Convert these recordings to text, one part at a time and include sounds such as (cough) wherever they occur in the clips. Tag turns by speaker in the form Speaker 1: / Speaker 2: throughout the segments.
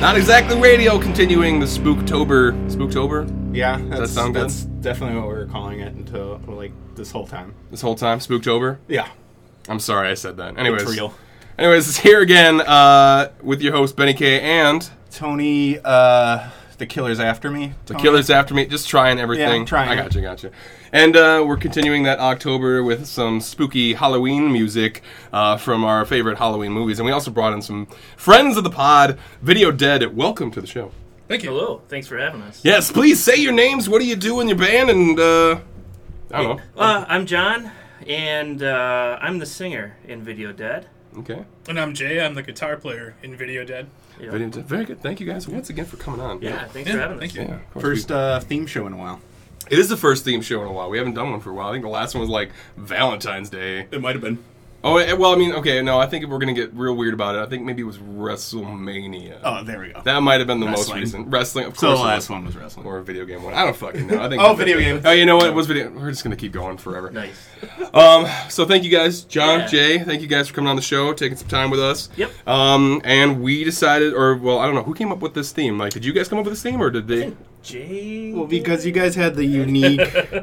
Speaker 1: Not exactly radio. Continuing the Spooktober. Spooktober.
Speaker 2: Yeah, that's,
Speaker 1: sound good?
Speaker 2: that's definitely what we were calling it until like this whole time.
Speaker 1: This whole time, Spooktober.
Speaker 2: Yeah,
Speaker 1: I'm sorry I said that. Anyways,
Speaker 2: it's real.
Speaker 1: anyways, it's here again uh, with your host Benny K and
Speaker 2: Tony, uh, the killer's after me.
Speaker 1: the
Speaker 2: Tony?
Speaker 1: Killers After Me. Just trying everything.
Speaker 2: Oh, trying
Speaker 1: I
Speaker 2: it.
Speaker 1: got you, got you. And uh, we're continuing that October with some spooky Halloween music uh, from our favorite Halloween movies, and we also brought in some friends of the pod, Video Dead. Welcome to the show.
Speaker 3: Thank you. Hello. Thanks for having us.
Speaker 1: Yes, please say your names. What do you do in your band? And uh, I don't know.
Speaker 3: Uh, I'm John, and uh, I'm the singer in Video Dead.
Speaker 1: Okay.
Speaker 4: And I'm Jay. I'm the guitar player in Video Dead.
Speaker 3: Yeah.
Speaker 1: Video Dead. Very good. Thank you guys once again for coming on.
Speaker 3: Yeah, Thanks for
Speaker 4: Yeah,
Speaker 3: having
Speaker 4: thank
Speaker 3: us.
Speaker 4: you.
Speaker 1: Yeah, of course we-
Speaker 2: First uh, theme show in a while.
Speaker 1: It is the first theme show in a while. We haven't done one for a while. I think the last one was like Valentine's Day.
Speaker 2: It might have been.
Speaker 1: Oh, eh, well, I mean, okay, no, I think if we're gonna get real weird about it, I think maybe it was WrestleMania.
Speaker 2: Oh, there we go.
Speaker 1: That might have been the most
Speaker 2: Wrestling.
Speaker 1: recent wrestling. Of
Speaker 2: so the
Speaker 1: course, it
Speaker 2: last
Speaker 1: was.
Speaker 2: one was wrestling.
Speaker 1: or a video game one. I don't fucking know. I think.
Speaker 2: Oh, video game.
Speaker 1: Oh, you know what? It was video. We're just gonna keep going forever.
Speaker 3: Nice.
Speaker 1: Um, so thank you guys, John,
Speaker 3: Yeah.
Speaker 1: Jay. Thank you guys for coming on the show, taking some time with us.
Speaker 3: Yep.
Speaker 1: Um, and we decided, or well, I don't know who came up with this theme. Like, did you guys come up with this theme, or did
Speaker 3: (laughs)
Speaker 1: they?
Speaker 3: Jay.
Speaker 2: Well, because you guys (laughs) had the unique,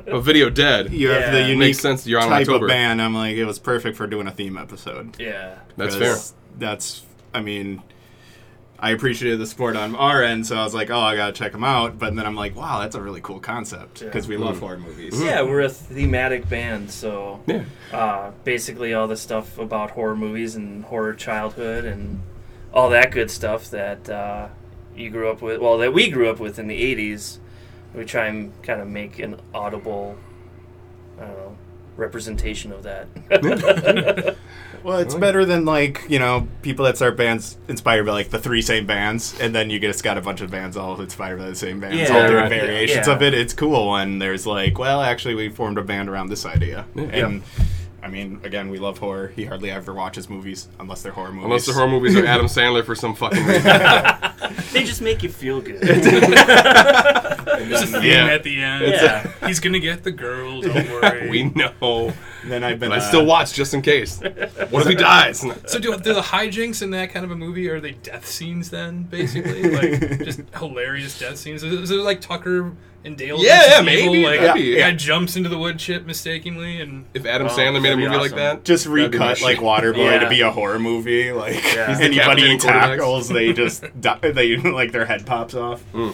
Speaker 1: Oh, video dead.
Speaker 2: you have the
Speaker 3: Yeah.
Speaker 2: unique
Speaker 1: Makes sense. You're on in
Speaker 2: type
Speaker 1: October.
Speaker 2: of band. I'm like, it was perfect for doing a theme episode.
Speaker 3: Yeah.
Speaker 1: That's fair.
Speaker 2: 'Cause That's, I mean, I appreciated the support on our end, so I was like, oh, I gotta check them out. But then I'm like, wow, that's a really cool concept because we
Speaker 1: Mm.
Speaker 2: love horror movies.
Speaker 3: Yeah, we're a thematic band, so
Speaker 1: Yeah.
Speaker 3: uh, basically all the stuff about horror movies and horror childhood and all that good stuff that uh, you grew up with, well, that we grew up with in the '80s. We try and kind of make an audible, I don't know, representation of that. (laughs)
Speaker 2: Well, it's better than like you know people that start bands inspired by like the three same bands, and then you just got a bunch of bands all inspired by the same bands,
Speaker 3: Yeah,
Speaker 2: all different
Speaker 1: right.
Speaker 2: variations
Speaker 3: Yeah.
Speaker 2: of it. It's cool when there's like, well, actually, we formed a band around this idea, and I mean, again, we love horror. He hardly ever watches movies unless they're horror movies.
Speaker 1: Unless the horror movies are Adam Sandler for some fucking reason.
Speaker 3: they just make you
Speaker 1: (laughs)
Speaker 3: feel good.
Speaker 4: There's a theme
Speaker 1: Yeah.
Speaker 4: at the end.
Speaker 3: yeah.
Speaker 4: (laughs) He's gonna get the
Speaker 1: (laughs)
Speaker 4: girl. Don't worry.
Speaker 1: we know.
Speaker 2: (laughs) Then I've been
Speaker 1: I
Speaker 2: uh,
Speaker 1: still watch just in case. What
Speaker 2: (laughs)
Speaker 1: if he dies?
Speaker 4: so do, do the hijinks in that kind of a movie? Are they death scenes then?
Speaker 1: (laughs)
Speaker 4: Basically, like just hilarious death scenes. Is, is it like Tucker and Dale?
Speaker 1: Yeah,
Speaker 4: versus Evil?
Speaker 1: maybe.
Speaker 4: Like
Speaker 1: That'd
Speaker 4: guy
Speaker 1: be- yeah.
Speaker 4: jumps into the wood chip mistakenly, and
Speaker 1: If Adam
Speaker 3: Oh,
Speaker 1: Sandler made a
Speaker 3: that'd be
Speaker 1: movie like
Speaker 3: awesome.
Speaker 1: that,
Speaker 2: just
Speaker 1: that'd be my
Speaker 2: recut like
Speaker 1: shit.
Speaker 2: Waterboy to
Speaker 3: Yeah.
Speaker 2: be a horror movie. Like
Speaker 3: Yeah. He's the
Speaker 2: anybody he
Speaker 1: captain quarterback.
Speaker 2: tackles,
Speaker 1: (laughs)
Speaker 2: they just die, they (laughs) like their head pops off. You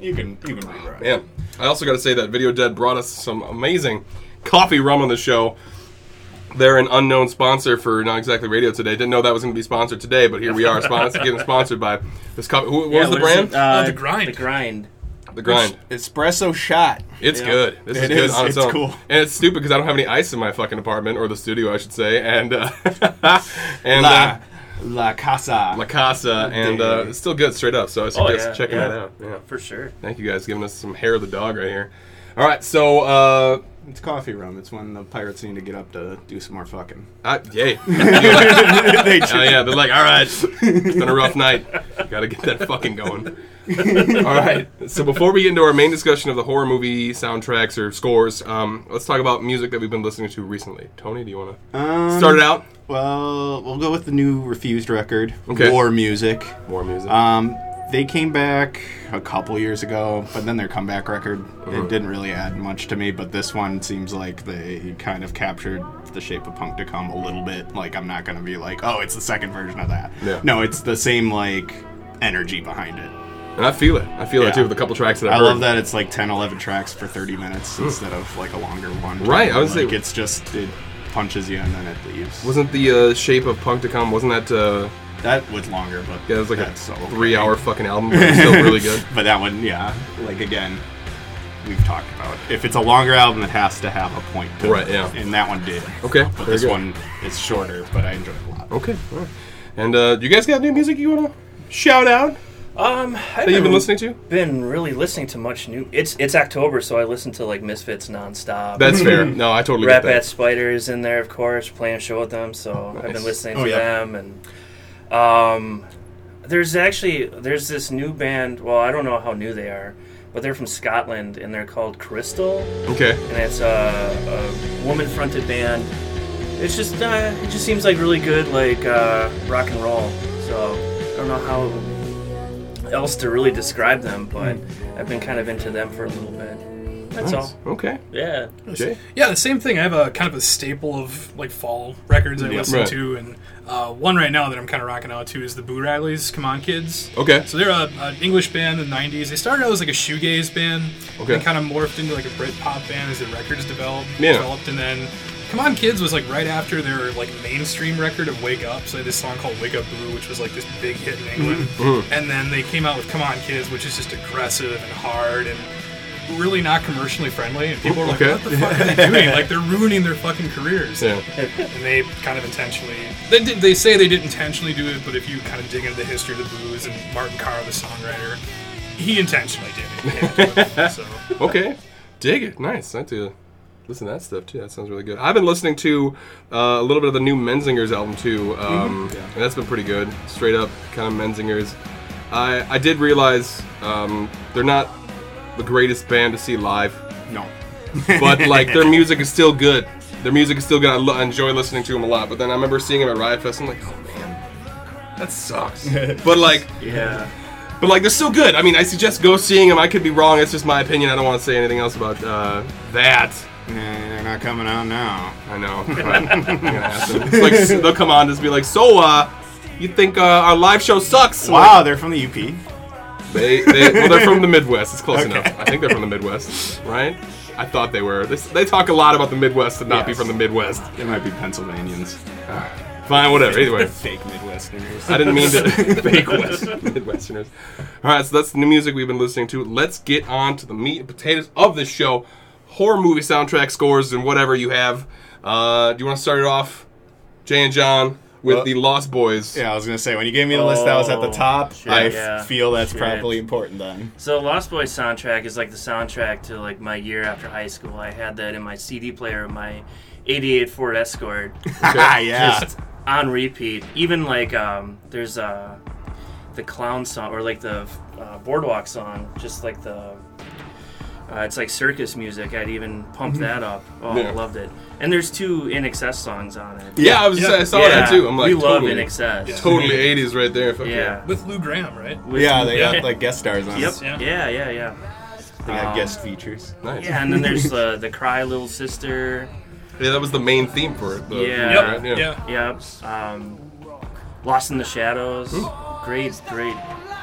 Speaker 2: can you can rewrite.
Speaker 1: Mm. Yeah. I also got to say that Video Dead brought us some amazing coffee rum on the show. They're an unknown sponsor for not exactly radio today. Didn't know that was going to be sponsored today, but here we are,
Speaker 3: (laughs)
Speaker 1: sponsor, getting sponsored by this coffee. Who, what was the
Speaker 3: what is
Speaker 1: brand?
Speaker 3: it? Uh,
Speaker 4: Oh, The Grind.
Speaker 3: The grind.
Speaker 1: the grind.
Speaker 2: Espresso shot.
Speaker 1: It's
Speaker 3: yeah.
Speaker 1: good. This is
Speaker 2: It
Speaker 1: good
Speaker 2: is.
Speaker 1: on its,
Speaker 2: It's
Speaker 1: own.
Speaker 2: cool.
Speaker 1: And it's stupid because I don't have any ice in my fucking apartment or the studio, I should say. And uh, (laughs) and
Speaker 2: La,
Speaker 1: uh,
Speaker 2: la Casa.
Speaker 1: La Casa, and uh, it's still good straight up. So I suggest
Speaker 3: Oh, yeah,
Speaker 1: checking
Speaker 3: yeah.
Speaker 1: that out. Yeah.
Speaker 3: For sure.
Speaker 1: Thank you guys, giving us some hair of the dog right here. All right, so uh,
Speaker 2: it's coffee rum. It's when the pirates need to get up to do some
Speaker 1: (laughs)
Speaker 2: more fucking. (laughs)
Speaker 1: I, yay.
Speaker 2: they
Speaker 1: Oh yeah, they're like, all right, it's been a rough night. Gotta get that fucking going. all right. So before we get into our main discussion of the horror movie soundtracks or scores, um, let's talk about music that we've been listening to recently. Tony, do you want to (laughs)
Speaker 2: Um,
Speaker 1: start it out?
Speaker 2: Well, we'll go with the new refused record.
Speaker 1: Okay.
Speaker 2: War music.
Speaker 1: More music.
Speaker 2: Um, they came back a couple years ago, but then their comeback record
Speaker 1: Uh-huh.
Speaker 2: it didn't really add much to me. But this one seems like they kind of captured the shape of punk to come a little bit. Like I'm not gonna be like, oh, it's the second version of that.
Speaker 1: Yeah.
Speaker 2: No, it's the same like energy behind it.
Speaker 1: and I feel it. I feel it
Speaker 2: yeah.
Speaker 1: too with a couple tracks that I,
Speaker 2: I
Speaker 1: heard.
Speaker 2: love that it's like 10, 11 tracks for 30 minutes instead of like a longer one.
Speaker 1: Hmm. Right, I was
Speaker 2: like,
Speaker 1: thinking-
Speaker 2: it's just, it punches you and then it leaves.
Speaker 1: Wasn't the uh, shape of punk to come? Wasn't that uh,
Speaker 2: that was longer, but
Speaker 1: yeah? It was like a
Speaker 2: that's so okay.
Speaker 1: three-hour fucking album, but it's still really good.
Speaker 2: (laughs) But that one, yeah, like again, we've talked about. If it's a longer album, it has to have a point to
Speaker 1: Right,
Speaker 2: it.
Speaker 1: yeah.
Speaker 2: And that one did.
Speaker 1: Okay,
Speaker 2: But
Speaker 1: very
Speaker 2: this
Speaker 1: good. Oh.
Speaker 2: one is shorter, but I enjoyed it a lot.
Speaker 1: Okay. All right. And uh, you guys got new music you want to shout out
Speaker 3: Um, I've
Speaker 1: that you've been listening to?
Speaker 3: Been really listening to much new. It's it's October, so I listen to like Misfits nonstop. (laughs)
Speaker 1: That's fair. No, I totally
Speaker 3: Rap
Speaker 1: get that.
Speaker 3: at Spiders in there, of course, playing a show with them. So I've
Speaker 1: Nice.
Speaker 3: been listening
Speaker 2: Oh,
Speaker 3: to
Speaker 2: yeah.
Speaker 3: them, and um, there's actually there's this new band. Well, I don't know how new they are, but they're from Scotland, and they're called Crystal.
Speaker 1: Okay.
Speaker 3: and it's a, a woman-fronted band. It's just uh, it just seems like really good like uh, rock and roll. So I don't know how else to really describe them, but I've been kind of into them for a little bit. That's all.
Speaker 1: Oh, Okay.
Speaker 3: Yeah.
Speaker 1: Jay?
Speaker 4: Yeah, the same thing. I have a kind of a staple of like fall records I
Speaker 2: Yeah.
Speaker 4: listen
Speaker 1: Right.
Speaker 4: to, and uh, one right now that I'm kind of rocking out to is the Boo Radleys. Come on, kids.
Speaker 1: Okay.
Speaker 4: So they're a, an English band in the '90s. They started out as like a shoegaze band.
Speaker 1: Okay.
Speaker 4: They kind of morphed into like a Brit pop band as the records developed.
Speaker 1: Yeah.
Speaker 4: Developed, and then Come On Kids was like right after their like mainstream record of Wake Up. So they had this song called Wake Up Boo, which was like this big hit in England.
Speaker 1: Mm-hmm.
Speaker 4: And then they came out with Come On Kids, which is just aggressive and hard and really not commercially friendly. And people were like,
Speaker 1: Okay.
Speaker 4: "What the fuck are they doing? Like they're ruining their fucking careers."
Speaker 1: Yeah.
Speaker 4: and they kind of intentionally they did they say they did intentionally do it but if you kind of dig into the history of the blues and martin carr the songwriter he intentionally did it, He didn't do it. so
Speaker 1: okay. Dig it. Nice. I have to listen to that stuff too. That sounds really good. I've been listening to uh, a little bit of the new Menzingers album too. Um, and that's been pretty good. Straight up kind of Menzingers. I, I did realize um, they're not the greatest band to see live,
Speaker 2: No.
Speaker 1: but
Speaker 2: (laughs)
Speaker 1: like their music is still good. Their music is still good. I, lo- I enjoy listening to them a lot. But then I remember seeing them at Riot Fest. I'm like, oh man, that
Speaker 2: (laughs)
Speaker 1: sucks. but like,
Speaker 3: Yeah.
Speaker 1: but like, they're still good. I mean, I suggest go seeing them. I could be wrong. It's just my opinion. I don't want to say anything else about uh, that.
Speaker 2: Nah, they're not coming out now.
Speaker 1: I
Speaker 2: (laughs)
Speaker 1: know. but I'm gonna ask them. It's like s- they'll come on and just be like, "So, uh, you think uh, our live show sucks?" I'm
Speaker 2: Wow, they're from the E UP.
Speaker 1: like, they, they, well, they're from the Midwest. It's close
Speaker 2: (laughs) Okay.
Speaker 1: enough. I think they're from the Midwest, right? I thought they were. They, s- they talk a lot about the Midwest and not be
Speaker 2: Yes.
Speaker 1: from the Midwest.
Speaker 2: They might be Pennsylvanians.
Speaker 1: Fine, whatever. Anyway.
Speaker 2: Fake
Speaker 1: (laughs)
Speaker 2: Midwesterners.
Speaker 1: I didn't mean (laughs) to fake West, Midwesterners. All right, so that's the new music we've been listening to. Let's get on to the meat and potatoes of this show: horror movie soundtrack scores and whatever you have. Uh, do you want to start it off, Jay and John, with
Speaker 2: Well-
Speaker 1: the Lost Boys?
Speaker 2: Yeah, I was gonna say when you gave me the list that was at the
Speaker 3: Oh,
Speaker 2: top,
Speaker 3: shit.
Speaker 2: I f-
Speaker 3: Yeah.
Speaker 2: feel that's
Speaker 3: Shit.
Speaker 2: probably important then.
Speaker 3: So Lost Boys soundtrack is like the soundtrack to like my year after high school. I had that in my CD player, of my '88 Ford Escort,
Speaker 2: Ah, (laughs) yeah.
Speaker 3: just on repeat. Even like um, there's uh, the clown song or like the uh, boardwalk song, just like the. Uh, it's like circus music. I'd even pump that up. Oh,
Speaker 1: Mm-hmm. Yeah.
Speaker 3: I loved it. And there's two In Excess songs on it.
Speaker 1: Yeah, I was. I saw that too. I'm like,
Speaker 3: we love
Speaker 1: totally,
Speaker 3: In Excess.
Speaker 1: Totally 80s right there. Fuck
Speaker 3: Yeah.
Speaker 4: with lou graham right
Speaker 3: With-
Speaker 2: yeah, they got like guest stars on.
Speaker 3: Yep.
Speaker 2: it.
Speaker 3: Yeah.
Speaker 4: Yeah.
Speaker 3: Yeah. Yeah.
Speaker 2: They got guest features.
Speaker 1: Nice.
Speaker 3: Yeah, and then there's the the cry little sister.
Speaker 1: (laughs) Yeah, that was the main theme for it. The,
Speaker 3: Yeah.
Speaker 4: yep
Speaker 1: right?
Speaker 4: yeah,
Speaker 3: Yep. Um, Lost in the Shadows. Great, great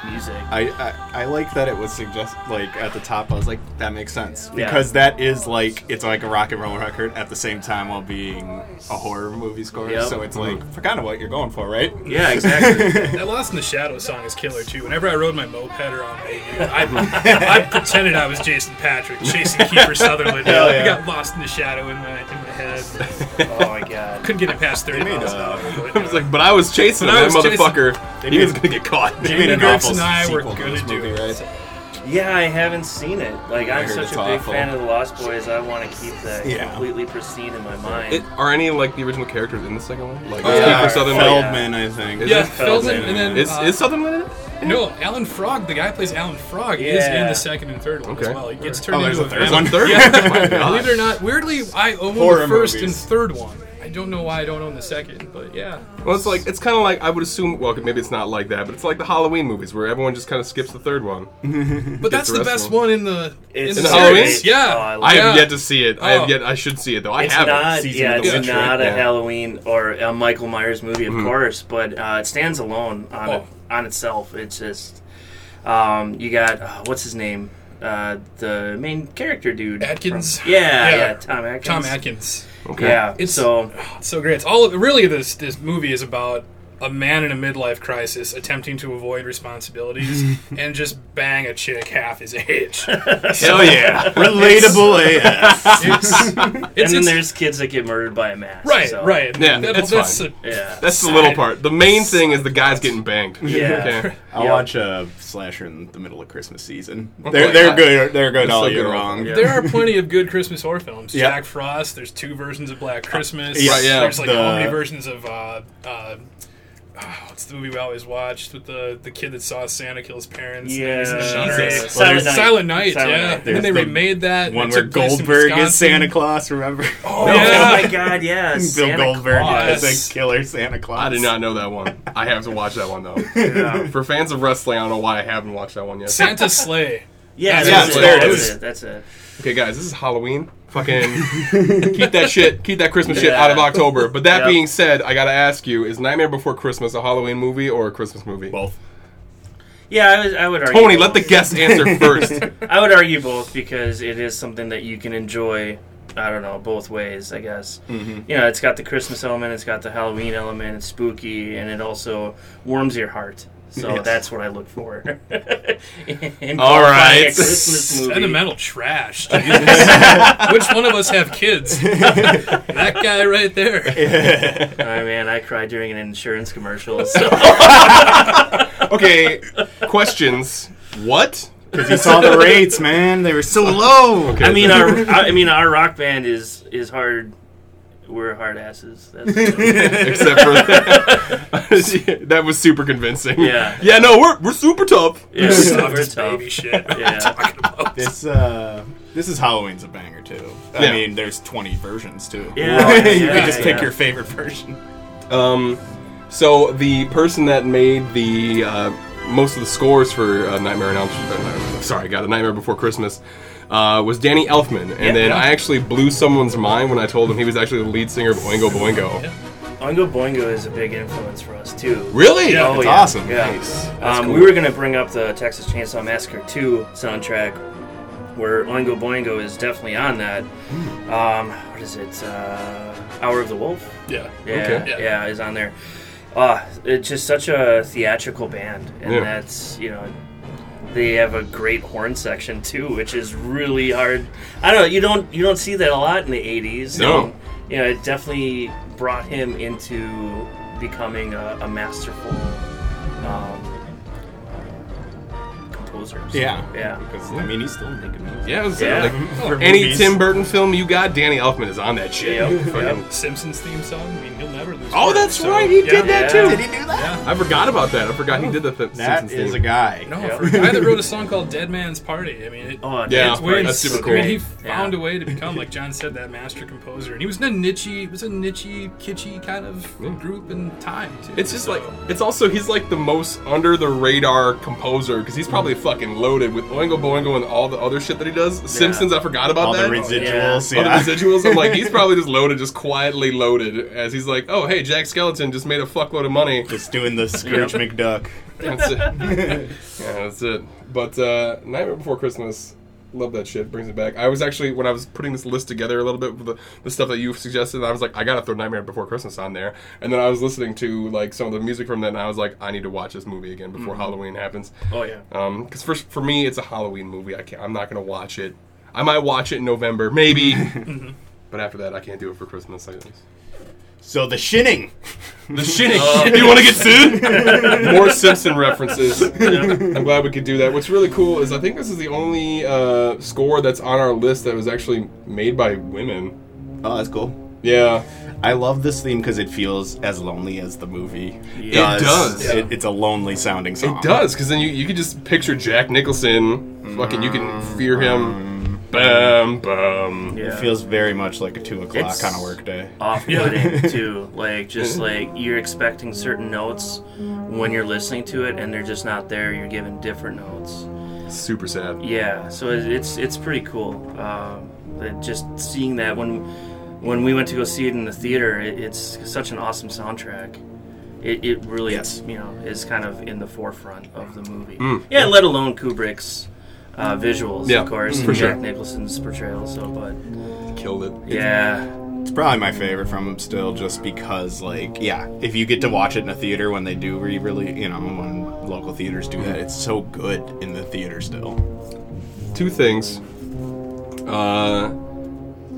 Speaker 3: music.
Speaker 2: I, I I like that it was suggest like at the top. I was like, that makes sense
Speaker 3: Yeah.
Speaker 2: because that is like it's like a rock and roll record at the same time while being a horror movie score.
Speaker 3: Yep.
Speaker 2: So it's like for kind of what you're going for, right?
Speaker 3: Yeah, exactly.
Speaker 2: (laughs)
Speaker 4: that lost in the shadows song is killer too whenever i rode my moped around Bayview, I, I pretended i was jason patrick chasing Kiefer sutherland
Speaker 2: Hell
Speaker 4: i
Speaker 2: yeah.
Speaker 4: got lost in the shadow in my, in my head
Speaker 3: oh my god.
Speaker 4: couldn't get it past 30
Speaker 2: made
Speaker 4: miles
Speaker 2: a-
Speaker 4: an hour uh,
Speaker 1: I was like, but I was chasing
Speaker 4: But I
Speaker 1: that
Speaker 4: was chasing-
Speaker 1: motherfucker.
Speaker 2: They
Speaker 1: he
Speaker 2: made-
Speaker 1: was gonna get caught.
Speaker 2: They
Speaker 4: Jamie
Speaker 2: made an
Speaker 4: Gertz
Speaker 2: awful
Speaker 4: and I were
Speaker 2: sequel to
Speaker 4: gonna
Speaker 2: this
Speaker 4: do
Speaker 2: movie,
Speaker 4: it.
Speaker 2: right?
Speaker 3: Yeah, I haven't seen it. Like, I'm
Speaker 2: heard
Speaker 3: such
Speaker 2: it's
Speaker 3: a big
Speaker 2: awful.
Speaker 3: fan of the Lost Boys. I want to keep that
Speaker 2: Yeah.
Speaker 3: completely pristine in my mind.
Speaker 1: It- are any like the original characters in the second one? Like
Speaker 2: Oh, yeah.
Speaker 1: Kiefer Sutherland?
Speaker 2: Feldman, I think.
Speaker 1: Is
Speaker 4: yeah
Speaker 1: it
Speaker 4: feldman
Speaker 3: Feldman?
Speaker 4: and then
Speaker 1: Is,
Speaker 4: uh,
Speaker 1: is Sutherland in it?
Speaker 4: No, Alan Frog, the guy who plays Alan Frog, is
Speaker 3: Yeah.
Speaker 4: in the second and third one
Speaker 1: Okay.
Speaker 4: as well. He gets
Speaker 2: Oh,
Speaker 4: turned
Speaker 2: there's
Speaker 4: into
Speaker 2: a third
Speaker 4: a vampire. (laughs)
Speaker 2: one?
Speaker 1: Third?
Speaker 4: Yeah.
Speaker 1: Oh
Speaker 2: (laughs)
Speaker 1: my God.
Speaker 4: Believe it or not, weirdly, I own
Speaker 2: Horror
Speaker 4: the first
Speaker 2: movies.
Speaker 4: and third one. I don't know why I don't own the second, but yeah.
Speaker 1: Well, it's like it's kind of like I would assume. Well, maybe it's not like that, but it's like the Halloween movies where everyone just kind of skips the third one.
Speaker 4: But that's the
Speaker 1: rest
Speaker 4: best
Speaker 1: of them.
Speaker 4: one in the
Speaker 3: It's
Speaker 4: in the
Speaker 1: in Halloween?
Speaker 4: series.
Speaker 3: Oh, I
Speaker 4: Yeah,
Speaker 3: love
Speaker 1: I have
Speaker 4: Yeah.
Speaker 1: yet to see it. I
Speaker 4: Oh.
Speaker 1: have yet. I should see it though. I
Speaker 3: It's
Speaker 1: haven't.
Speaker 3: not,
Speaker 2: Season
Speaker 3: yeah,
Speaker 2: of the
Speaker 3: it's
Speaker 2: Witch, right?
Speaker 3: not a
Speaker 1: Yeah.
Speaker 3: Halloween or a Michael Myers movie,
Speaker 2: Mm-hmm.
Speaker 3: of course, but uh, it stands alone on
Speaker 4: Oh.
Speaker 3: it, on itself. It's just um, you got uh, what's his name, uh, the main character dude,
Speaker 4: Atkins?
Speaker 3: From- yeah, yeah,
Speaker 4: Yeah.
Speaker 3: Tom Atkins.
Speaker 4: Tom Atkins.
Speaker 1: Okay.
Speaker 3: Yeah,
Speaker 4: It's-
Speaker 3: so
Speaker 4: It's so great. It's all really this this movie is about a man in a midlife crisis attempting to
Speaker 1: (laughs)
Speaker 4: avoid responsibilities and just bang a chick half
Speaker 3: (laughs)
Speaker 4: his age.
Speaker 1: Hell yeah.
Speaker 2: Relatable AF.
Speaker 1: (laughs)
Speaker 4: It's,
Speaker 3: and
Speaker 4: it's,
Speaker 3: then
Speaker 4: it's-
Speaker 3: there's kids that get murdered by a mask.
Speaker 4: right,
Speaker 3: so-
Speaker 4: right.
Speaker 1: Yeah,
Speaker 4: That-
Speaker 1: it's
Speaker 4: that's
Speaker 1: fine.
Speaker 4: a-
Speaker 3: Yeah.
Speaker 1: That's the little part. The main thing is the guys getting banged.
Speaker 3: (laughs) Yeah.
Speaker 1: Okay.
Speaker 2: I
Speaker 3: Yeah.
Speaker 2: watch a slasher in the middle of Christmas season.
Speaker 1: my
Speaker 2: They're they're
Speaker 1: God.
Speaker 2: good. They're good
Speaker 1: It's
Speaker 2: all
Speaker 1: so
Speaker 2: year
Speaker 1: good.
Speaker 2: long.
Speaker 1: Yeah.
Speaker 4: There are plenty of good Christmas horror films.
Speaker 2: Yeah. Uh,
Speaker 4: Jack Frost. There's two versions of Black Christmas.
Speaker 2: Right,
Speaker 1: yeah.
Speaker 4: There's like
Speaker 2: The-
Speaker 4: how many versions of uh, uh, ah, what's the movie we always watched with the the kid that saw Santa kill his parents? and
Speaker 3: Yeah,
Speaker 4: he's in the shutter?
Speaker 1: Jesus.
Speaker 3: Silent Night.
Speaker 4: Silent Night,
Speaker 3: Silent
Speaker 4: yeah.
Speaker 3: Night.
Speaker 4: And then they
Speaker 2: There's the
Speaker 4: remade that.
Speaker 2: One
Speaker 4: It
Speaker 2: where
Speaker 4: took place in
Speaker 2: Goldberg is
Speaker 4: Wisconsin.
Speaker 2: Santa Claus, remember?
Speaker 4: (laughs) Oh,
Speaker 1: No.
Speaker 2: (laughs)
Speaker 4: yeah.
Speaker 3: Oh my God! Yeah,
Speaker 2: Bill
Speaker 3: Santa
Speaker 2: Goldberg
Speaker 3: Claus.
Speaker 2: is a killer Santa Claus.
Speaker 1: I did not know that one. I have to watch that one
Speaker 3: (laughs)
Speaker 1: though.
Speaker 3: Yeah.
Speaker 1: For fans of wrestling, I don't know why I haven't watched that one yet.
Speaker 2: (laughs)
Speaker 4: Santa Sleigh.
Speaker 3: Yeah,
Speaker 4: Yes,
Speaker 3: that's
Speaker 2: there
Speaker 3: it.
Speaker 2: it
Speaker 3: That's
Speaker 2: is.
Speaker 3: it. That's it.
Speaker 1: Okay, guys, this is Halloween. Fucking keep
Speaker 3: (laughs)
Speaker 1: that shit, keep that Christmas shit
Speaker 3: Yeah.
Speaker 1: out of October. But that
Speaker 3: Yep.
Speaker 1: being said, I gotta ask you: Is Nightmare Before Christmas a Halloween movie or a Christmas movie?
Speaker 2: (laughs) Both.
Speaker 3: Yeah, I, was, I would argue.
Speaker 1: Tony, let the
Speaker 3: both.
Speaker 1: guest
Speaker 3: (laughs)
Speaker 1: answer
Speaker 2: (laughs)
Speaker 1: first.
Speaker 3: I would argue both because it is something that you can enjoy. I don't know both ways. I guess you know it's got the Christmas element, it's got the Halloween element, it's spooky, and it also warms your heart. So
Speaker 2: Yes.
Speaker 3: that's what I look for. (laughs) in
Speaker 1: All
Speaker 3: qualifying
Speaker 1: right.
Speaker 3: a Christmas movie.
Speaker 4: Sentimental
Speaker 2: (laughs)
Speaker 4: trash. Jesus. Which one of us have kids? that guy right there.
Speaker 3: Oh, man, I cried during an insurance commercial. So.
Speaker 1: Okay, questions. What?
Speaker 2: Because you saw the rates, man. They were
Speaker 1: (laughs)
Speaker 2: so low.
Speaker 1: Okay.
Speaker 3: I mean, our I mean our rock band is is hard. We're hard asses. That's
Speaker 1: Except for (laughs) that. that was super convincing.
Speaker 3: Yeah.
Speaker 1: Yeah, no, we're, we're super tough.
Speaker 3: yeah, we're
Speaker 4: Softest
Speaker 3: tough.
Speaker 4: baby shit.
Speaker 3: Yeah, (laughs)
Speaker 2: This uh, this is Halloween's a banger too. I
Speaker 1: Yeah.
Speaker 2: mean, there's 20 versions too.
Speaker 3: Yeah.
Speaker 2: (laughs) you
Speaker 3: Yeah,
Speaker 2: can just pick
Speaker 3: yeah.
Speaker 2: your favorite version.
Speaker 1: Um, so the person that made the uh, most of the scores for uh, Nightmare on Elm Street, uh, Nightmare- sorry, got a Nightmare Before Christmas. Uh, was Danny Elfman, and
Speaker 3: Yeah.
Speaker 1: then I actually blew someone's mind when I told him he was actually the lead singer of Oingo Boingo.
Speaker 3: Oingo Boingo is a big influence for us too.
Speaker 1: Really?
Speaker 4: Yeah.
Speaker 2: That's awesome.
Speaker 3: Yeah.
Speaker 1: Nice. That's
Speaker 3: Um,
Speaker 1: cool.
Speaker 3: We were going to bring up the Texas Chainsaw Massacre 2 soundtrack, where Oingo Boingo is definitely on that.
Speaker 1: Hmm.
Speaker 3: Um, what is it? Uh, Hour of the Wolf?
Speaker 4: Yeah.
Speaker 3: Yeah,
Speaker 4: Okay.
Speaker 3: yeah, is on there. Uh, it's just such a theatrical band, and
Speaker 1: Yeah.
Speaker 3: that's you know, they have a great horn section too, which is really hard. I don't know, you don't you don't see that a lot in the '80s.
Speaker 1: No.
Speaker 3: and, you know, it definitely brought him into becoming a, a masterful um, composer. So,
Speaker 2: Yeah.
Speaker 3: yeah,
Speaker 2: Because I mean, he's still making music.
Speaker 1: Yeah, it was, uh,
Speaker 3: Yeah.
Speaker 1: like,
Speaker 4: Oh.
Speaker 2: For
Speaker 1: any
Speaker 2: movies.
Speaker 1: Tim Burton film you got, Danny Elfman is on that (laughs) shit.
Speaker 3: Yep,
Speaker 1: Fucking-
Speaker 3: yep.
Speaker 4: Simpsons theme song. I mean, he'll never lose.
Speaker 1: Oh,
Speaker 4: heart,
Speaker 1: that's
Speaker 4: so-
Speaker 1: right. He
Speaker 4: Yeah.
Speaker 1: did that
Speaker 3: Yeah.
Speaker 1: too.
Speaker 3: Did
Speaker 2: he do that?
Speaker 4: Yeah.
Speaker 1: I forgot about that. I forgot he did the th-
Speaker 2: That
Speaker 1: Simpsons
Speaker 2: is a
Speaker 1: thing.
Speaker 2: guy.
Speaker 4: No,
Speaker 3: Yeah.
Speaker 4: for a guy that
Speaker 1: (laughs)
Speaker 4: wrote a song called "Dead Man's Party," I mean, it,
Speaker 3: Oh,
Speaker 1: Yeah,
Speaker 3: it's
Speaker 4: It's weird.
Speaker 1: That's super
Speaker 4: I
Speaker 1: cool.
Speaker 4: mean, he
Speaker 3: Yeah.
Speaker 4: found a way to become, like John said, that master composer, and he was in a niche, it was a niche, kitschy kind of
Speaker 1: Yeah.
Speaker 4: group and time too.
Speaker 1: It's just
Speaker 4: so-
Speaker 1: like it's also he's like the most under the radar composer because he's probably fucking loaded with Oingo Boingo and all the other shit that he does. Simpsons, I forgot about
Speaker 2: All the
Speaker 1: that.
Speaker 2: residuals.
Speaker 1: All the
Speaker 2: yeah.
Speaker 1: residuals. I'm
Speaker 2: (laughs)
Speaker 1: like, he's (laughs) probably just loaded, just quietly loaded, as he's like, oh hey, Jack Skeleton just made a fuckload of money.
Speaker 2: Just doing the Scrooge McDuck.
Speaker 1: That's it. yeah, that's it. But uh, Nightmare Before Christmas, love that shit. Brings it back. I was actually when I was putting this list together a little bit with the, the stuff that you suggested, I was like, I gotta throw Nightmare Before Christmas on there. And then I was listening to like some of the music from that, and I was like, I need to watch this movie again before Halloween happens.
Speaker 3: Oh yeah.
Speaker 1: Um, because for for me, it's a Halloween movie. I can't. I'm not gonna watch it. I might watch it in November, maybe. But after that, I can't do it for Christmas. I guess.
Speaker 2: So the shinning.
Speaker 1: The shinning.
Speaker 2: (laughs)
Speaker 1: you want to get sued? (laughs) More Simpson references. I'm glad we could do that. What's really cool is I think this is the only uh, score that's on our list that was actually made by women.
Speaker 2: Oh, that's cool.
Speaker 1: Yeah.
Speaker 2: I love this theme because it feels as lonely as the movie.
Speaker 1: Yeah. It does.
Speaker 2: It- it's a lonely sounding song.
Speaker 1: It does, because then you, you could just picture Jack Nicholson. Fucking, you can fear him. Bam, bam.
Speaker 3: Yeah.
Speaker 2: It feels very much like a two o'clock
Speaker 3: It's-
Speaker 2: on a work day.
Speaker 3: off-putting too. Like just like you're expecting certain notes when you're listening to it, and they're just not there. You're given different notes.
Speaker 1: Super sad.
Speaker 3: Yeah, so it- it's it's pretty cool. Um, but just seeing that when when we went to go see it in the theater, it, it's such an awesome soundtrack. It, it really
Speaker 2: Yes.
Speaker 3: you know is kind of in the forefront of the movie. Yeah, let alone Kubrick's. Uh, visuals,
Speaker 1: Mm. Yeah,
Speaker 3: of course,
Speaker 1: for
Speaker 3: and
Speaker 1: sure.
Speaker 3: Jack Nicholson's portrayal. So, but
Speaker 1: Killed it.
Speaker 3: yeah,
Speaker 2: It's probably my favorite from him still, just because, like, yeah, if you get to watch it in a theater when they do re really, you know, when local theaters do that, it's so good in the theater still.
Speaker 1: Two things. Uh,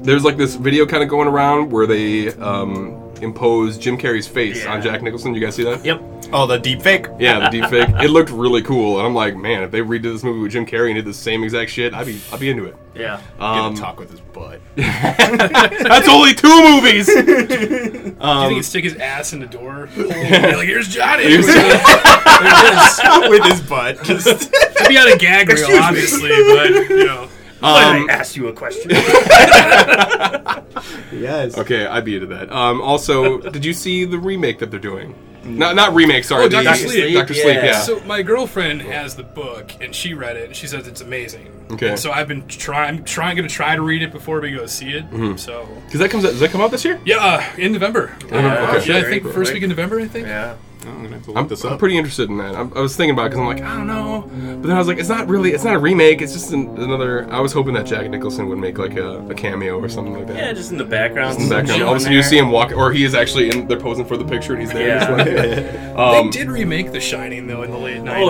Speaker 1: there's like this video kind of going around where they um, impose Jim Carrey's face
Speaker 3: Yeah.
Speaker 1: on Jack Nicholson. You guys see that?
Speaker 3: Yep.
Speaker 2: Oh, the deep fake.
Speaker 1: Yeah, the deepfake. it looked really cool, and I'm like, man, if they redid this movie with Jim Carrey and did the same exact shit, I'd be, I'd be into it.
Speaker 3: Yeah.
Speaker 1: Um,
Speaker 2: talk with his butt. (laughs)
Speaker 1: that's only two movies.
Speaker 4: Do you
Speaker 1: um,
Speaker 4: think he'd stick his ass in
Speaker 1: (laughs)
Speaker 4: the door? hole and be like, here's Johnny.
Speaker 1: Here's-
Speaker 4: There it is.
Speaker 2: with his butt. Just
Speaker 4: It'd be on a gag reel, obviously, but you know.
Speaker 1: Um,
Speaker 3: I asked you a question.
Speaker 1: (laughs) (laughs)
Speaker 2: yes.
Speaker 1: okay, I'd be into that. Um, also, did you see the remake that they're doing? Not, not remake. Sorry,
Speaker 4: Oh,
Speaker 1: the-
Speaker 4: Dr. Sleep.
Speaker 1: Dr. Sleep. (laughs)
Speaker 3: Yeah.
Speaker 1: Yeah.
Speaker 4: So my girlfriend has the book, and she read it, and she says it's amazing.
Speaker 1: Okay.
Speaker 4: And so I've been trying, I'm trying, going to try to read it before we go see it.
Speaker 1: Mm-hmm.
Speaker 4: So
Speaker 1: Does that comes out, does that come out this year?
Speaker 4: yeah, uh, in November.
Speaker 1: Yeah,
Speaker 4: Uh,
Speaker 1: okay.
Speaker 4: yeah, I
Speaker 3: Very
Speaker 4: think
Speaker 3: cool.
Speaker 4: first week in November. I think.
Speaker 3: yeah.
Speaker 2: I'm gonna have to look
Speaker 1: I'm,
Speaker 2: this
Speaker 1: I'm
Speaker 2: up.
Speaker 1: pretty interested in that. I'm, I was thinking about because I'm like, I don't know, but then I was like, it's not really, it's not a remake. It's just an, another. I was hoping that Jack Nicholson would make like a, a cameo or something like that.
Speaker 3: Yeah, just in the background.
Speaker 1: in the background.
Speaker 3: Chilling
Speaker 1: All of a sudden, you
Speaker 3: there.
Speaker 1: see him walk, or he is actually in. They're posing for the picture, and he's there.
Speaker 3: Yeah.
Speaker 1: Just like,
Speaker 4: They
Speaker 1: um,
Speaker 4: did remake The Shining though in the late 90s.
Speaker 3: Oh,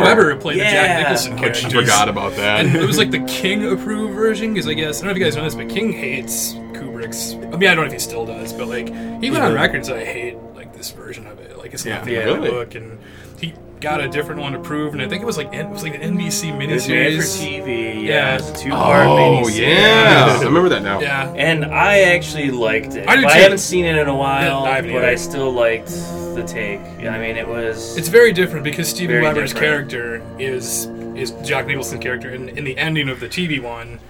Speaker 1: Weber.
Speaker 4: Weber, played the Jack
Speaker 3: Yeah.
Speaker 4: Nicholson
Speaker 3: Oh,
Speaker 1: I
Speaker 4: character.
Speaker 1: forgot about
Speaker 4: And it (laughs)
Speaker 1: that.
Speaker 4: was like the King approved version, because I guess I don't know if you guys know this, but King hates Kubrick's. I mean, I don't know if he still does, but like he went on
Speaker 2: Yeah.
Speaker 4: records. I hate like this version of it. Like it's not
Speaker 2: Yeah.
Speaker 4: the
Speaker 1: Really?
Speaker 4: really? book, and he got a different one approved, and I think it was like it was like an NBC
Speaker 3: It was made for
Speaker 4: miniseries.
Speaker 3: TV.
Speaker 4: Yeah.
Speaker 3: Yeah. It was a two-part
Speaker 1: Oh
Speaker 3: miniseries.
Speaker 1: yeah, I (laughs) remember that now.
Speaker 4: Yeah,
Speaker 3: And I actually liked it.
Speaker 4: I do
Speaker 3: but I
Speaker 4: too.
Speaker 3: haven't seen it in a while,
Speaker 4: Yeah, I haven't
Speaker 3: but
Speaker 4: either.
Speaker 3: I still liked the take. I mean, it was.
Speaker 4: it's very different because Steven
Speaker 3: Very
Speaker 4: Weber's
Speaker 3: different.
Speaker 4: character is is Jack Nicholson's character, and in the ending of the TV one.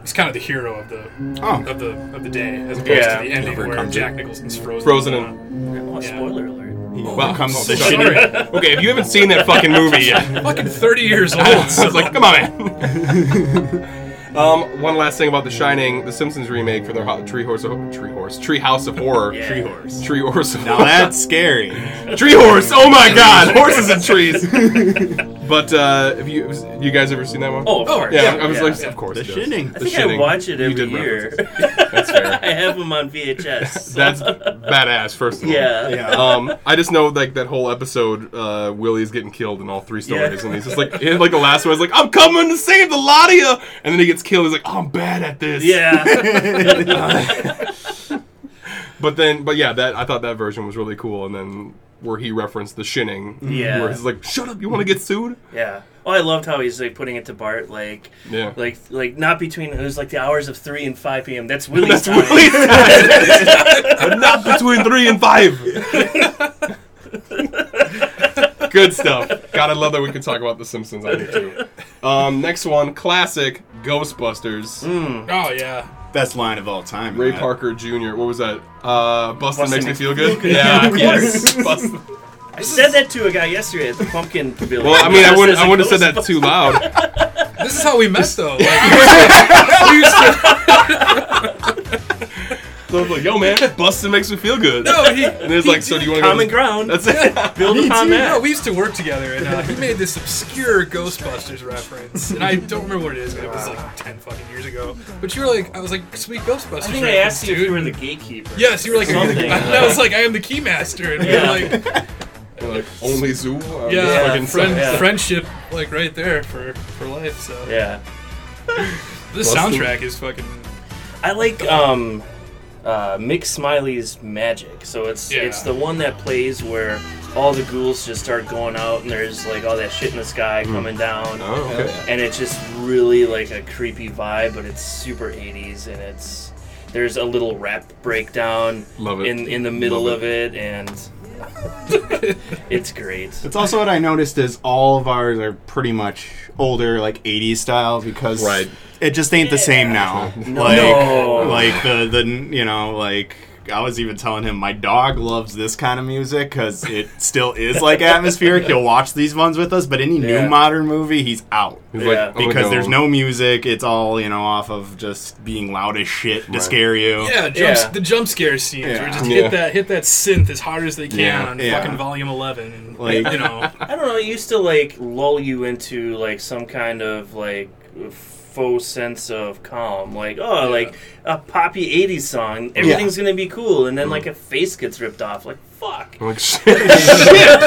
Speaker 4: He's kind of the hero of the
Speaker 2: Oh.
Speaker 4: of the of the day, as opposed
Speaker 3: Yeah.
Speaker 4: to the ending where
Speaker 2: Overcomes it.
Speaker 4: Jack Nicholson's frozen.
Speaker 1: Frozen
Speaker 4: in
Speaker 1: in-
Speaker 4: water.
Speaker 3: Oh, spoiler alert.
Speaker 2: He
Speaker 1: Wow.
Speaker 2: becomes
Speaker 1: Oh,
Speaker 2: the
Speaker 1: sorry.
Speaker 2: shitty.
Speaker 1: (laughs) Okay, if you haven't seen that fucking movie yet, (laughs)
Speaker 4: fucking 30 years old.
Speaker 1: I was like, come on, man. um, one last thing about The Shining, The Simpsons remake for their ho- Tree Horse, of, Tree Horse, Tree House of Horror,
Speaker 3: Yeah.
Speaker 2: Tree horse.
Speaker 1: Tree Horse, of
Speaker 2: Now
Speaker 1: Horror.
Speaker 2: that's scary.
Speaker 1: Tree Horse. Oh my God, horses and trees. but uh, have you you guys ever seen that one?
Speaker 3: Oh, of
Speaker 4: Oh,
Speaker 3: course.
Speaker 1: yeah, I was
Speaker 3: yeah.
Speaker 1: like,
Speaker 4: yeah.
Speaker 1: of course,
Speaker 2: The
Speaker 1: it does.
Speaker 2: shitting.
Speaker 3: I
Speaker 1: The
Speaker 3: think I
Speaker 1: shitting.
Speaker 3: watch it
Speaker 1: You
Speaker 3: every
Speaker 1: did
Speaker 3: year.
Speaker 1: reference That's fair.
Speaker 3: (laughs) I have them on VHS.
Speaker 1: That's badass. First of all,
Speaker 3: yeah.
Speaker 2: Yeah.
Speaker 1: um, I just know like that whole episode, uh, Willie's getting killed in all three stories,
Speaker 3: Yeah.
Speaker 1: and he's just like, he- like the last one is like, I'm coming to save the lot of you, and then he gets killed. He's like, I'm bad at this.
Speaker 3: Yeah.
Speaker 1: (laughs) But then, but yeah, that I thought that version was really cool, and then where he referenced the shinning,
Speaker 3: Yeah.
Speaker 1: where he's like, shut up, you want to get sued?
Speaker 3: yeah. Oh, I loved how he's like putting it to Bart, like,
Speaker 1: Yeah.
Speaker 3: like, like not between it was like the hours of three and five p.m. That's
Speaker 1: That's
Speaker 3: Willie's time.
Speaker 1: really sad. But not between three and five. Good stuff. God, I love that we can talk about The Simpsons on here too. Um, next one, classic Ghostbusters.
Speaker 4: oh, yeah.
Speaker 2: (laughs) Best line of all time.
Speaker 1: Ray
Speaker 2: Matt.
Speaker 1: Parker Jr. What was that? Uh, Bustin'
Speaker 3: Bustin'
Speaker 1: makes me
Speaker 3: Makes
Speaker 1: feel good. Yeah, of course. Bustin'.
Speaker 3: I said that to a guy yesterday at the Pumpkin Pavilion.
Speaker 1: Well, I mean, I
Speaker 3: Just
Speaker 1: wouldn't.
Speaker 3: as
Speaker 1: I
Speaker 3: a
Speaker 1: wouldn't have said
Speaker 3: ghost-
Speaker 1: that too loud.
Speaker 4: This is how we met, though. Like, (laughs) we used to-
Speaker 1: So I was like, "Yo, man, Bustin' makes me feel good."
Speaker 4: no, he,
Speaker 1: And it's like, "So do you want to
Speaker 3: Common ground.
Speaker 1: That's it. (laughs)
Speaker 4: (laughs)
Speaker 3: Build upon
Speaker 4: no,
Speaker 3: that.
Speaker 4: we used to work together, and uh, he made this obscure Ghostbusters reference, and I don't remember what it is, but it was like ten fucking years ago. But you were like, I was like, sweet Ghostbusters.
Speaker 3: I think I
Speaker 4: reference,
Speaker 3: asked you if
Speaker 4: dude.
Speaker 3: you were the gatekeeper.
Speaker 4: Yes, you were like,
Speaker 3: Something.
Speaker 4: and (laughs) I was like, I am the keymaster, and
Speaker 3: Yeah. (laughs)
Speaker 4: we were like,
Speaker 1: We're like, Only zoo. Uh,
Speaker 4: yeah,
Speaker 1: fucking
Speaker 4: friend,
Speaker 1: sucks.
Speaker 3: Yeah.
Speaker 4: friendship, like right there for for life. So
Speaker 3: Yeah.
Speaker 4: this
Speaker 1: Bustin'.
Speaker 4: soundtrack is fucking.
Speaker 3: I like um, uh, Mick Smiley's magic. So it's
Speaker 4: Yeah.
Speaker 3: it's the one that plays where all the ghouls just start going out, and there's like all that shit in the sky coming down,
Speaker 1: Oh, okay.
Speaker 3: and it's just really like a creepy vibe. But it's super 80s, and it's there's a little rap breakdown
Speaker 1: Love it.
Speaker 3: in in the middle
Speaker 1: Love
Speaker 3: of it, and (laughs) it's great.
Speaker 2: That's also what I noticed is all of ours are pretty much older, like '80s style because
Speaker 1: Right.
Speaker 2: it just ain't the same now. Like,
Speaker 3: No.
Speaker 2: like the the you know like. I was even telling him my dog loves this kind of music because it still is like atmospheric. He'll watch these ones with us, but any
Speaker 3: Yeah.
Speaker 2: new modern movie, he's out
Speaker 1: He's
Speaker 3: Yeah.
Speaker 1: like, "I'm gonna
Speaker 2: because
Speaker 1: go."
Speaker 2: there's no music. It's all you know off of just being loud as shit to
Speaker 1: Right.
Speaker 2: scare you.
Speaker 4: Yeah, jump,
Speaker 3: Yeah.
Speaker 4: the jump scare scenes where
Speaker 2: Yeah.
Speaker 4: just
Speaker 1: Oh. Yeah.
Speaker 4: hit that hit that synth as hard as they can
Speaker 1: Yeah.
Speaker 4: on
Speaker 2: Yeah.
Speaker 4: fucking volume eleven, and,
Speaker 2: Like-
Speaker 4: you know.
Speaker 3: I don't know. It used to like lull you into like some kind of like faux sense of calm. Like oh, like a poppy '80s song. Everything's gonna be cool, and then
Speaker 1: Mm.
Speaker 3: like a face gets ripped off. Like fuck.
Speaker 1: I'm like, shit. (laughs) shit.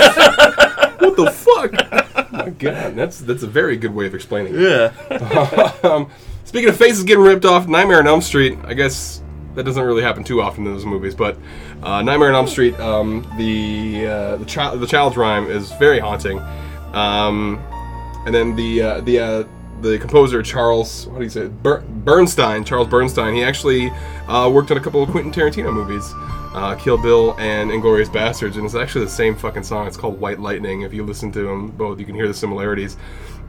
Speaker 1: what the fuck? Oh my god, that's that's a very good way of explaining it.
Speaker 3: Yeah.
Speaker 1: um, speaking of faces getting ripped off, Nightmare on Elm Street. I guess that doesn't really happen too often in those movies. But uh, Nightmare on Elm Street, um, the uh, the, child the child's rhyme is very haunting. Um, and then the uh, the uh, the composer Charles, what do you say, Ber- Bernstein, Charles Bernstein. He actually uh, worked on a couple of Quentin Tarantino movies, uh, Kill Bill and Inglorious Bastards, and it's actually the same fucking song. It's called White Lightning. If you listen to them both, you can hear the similarities.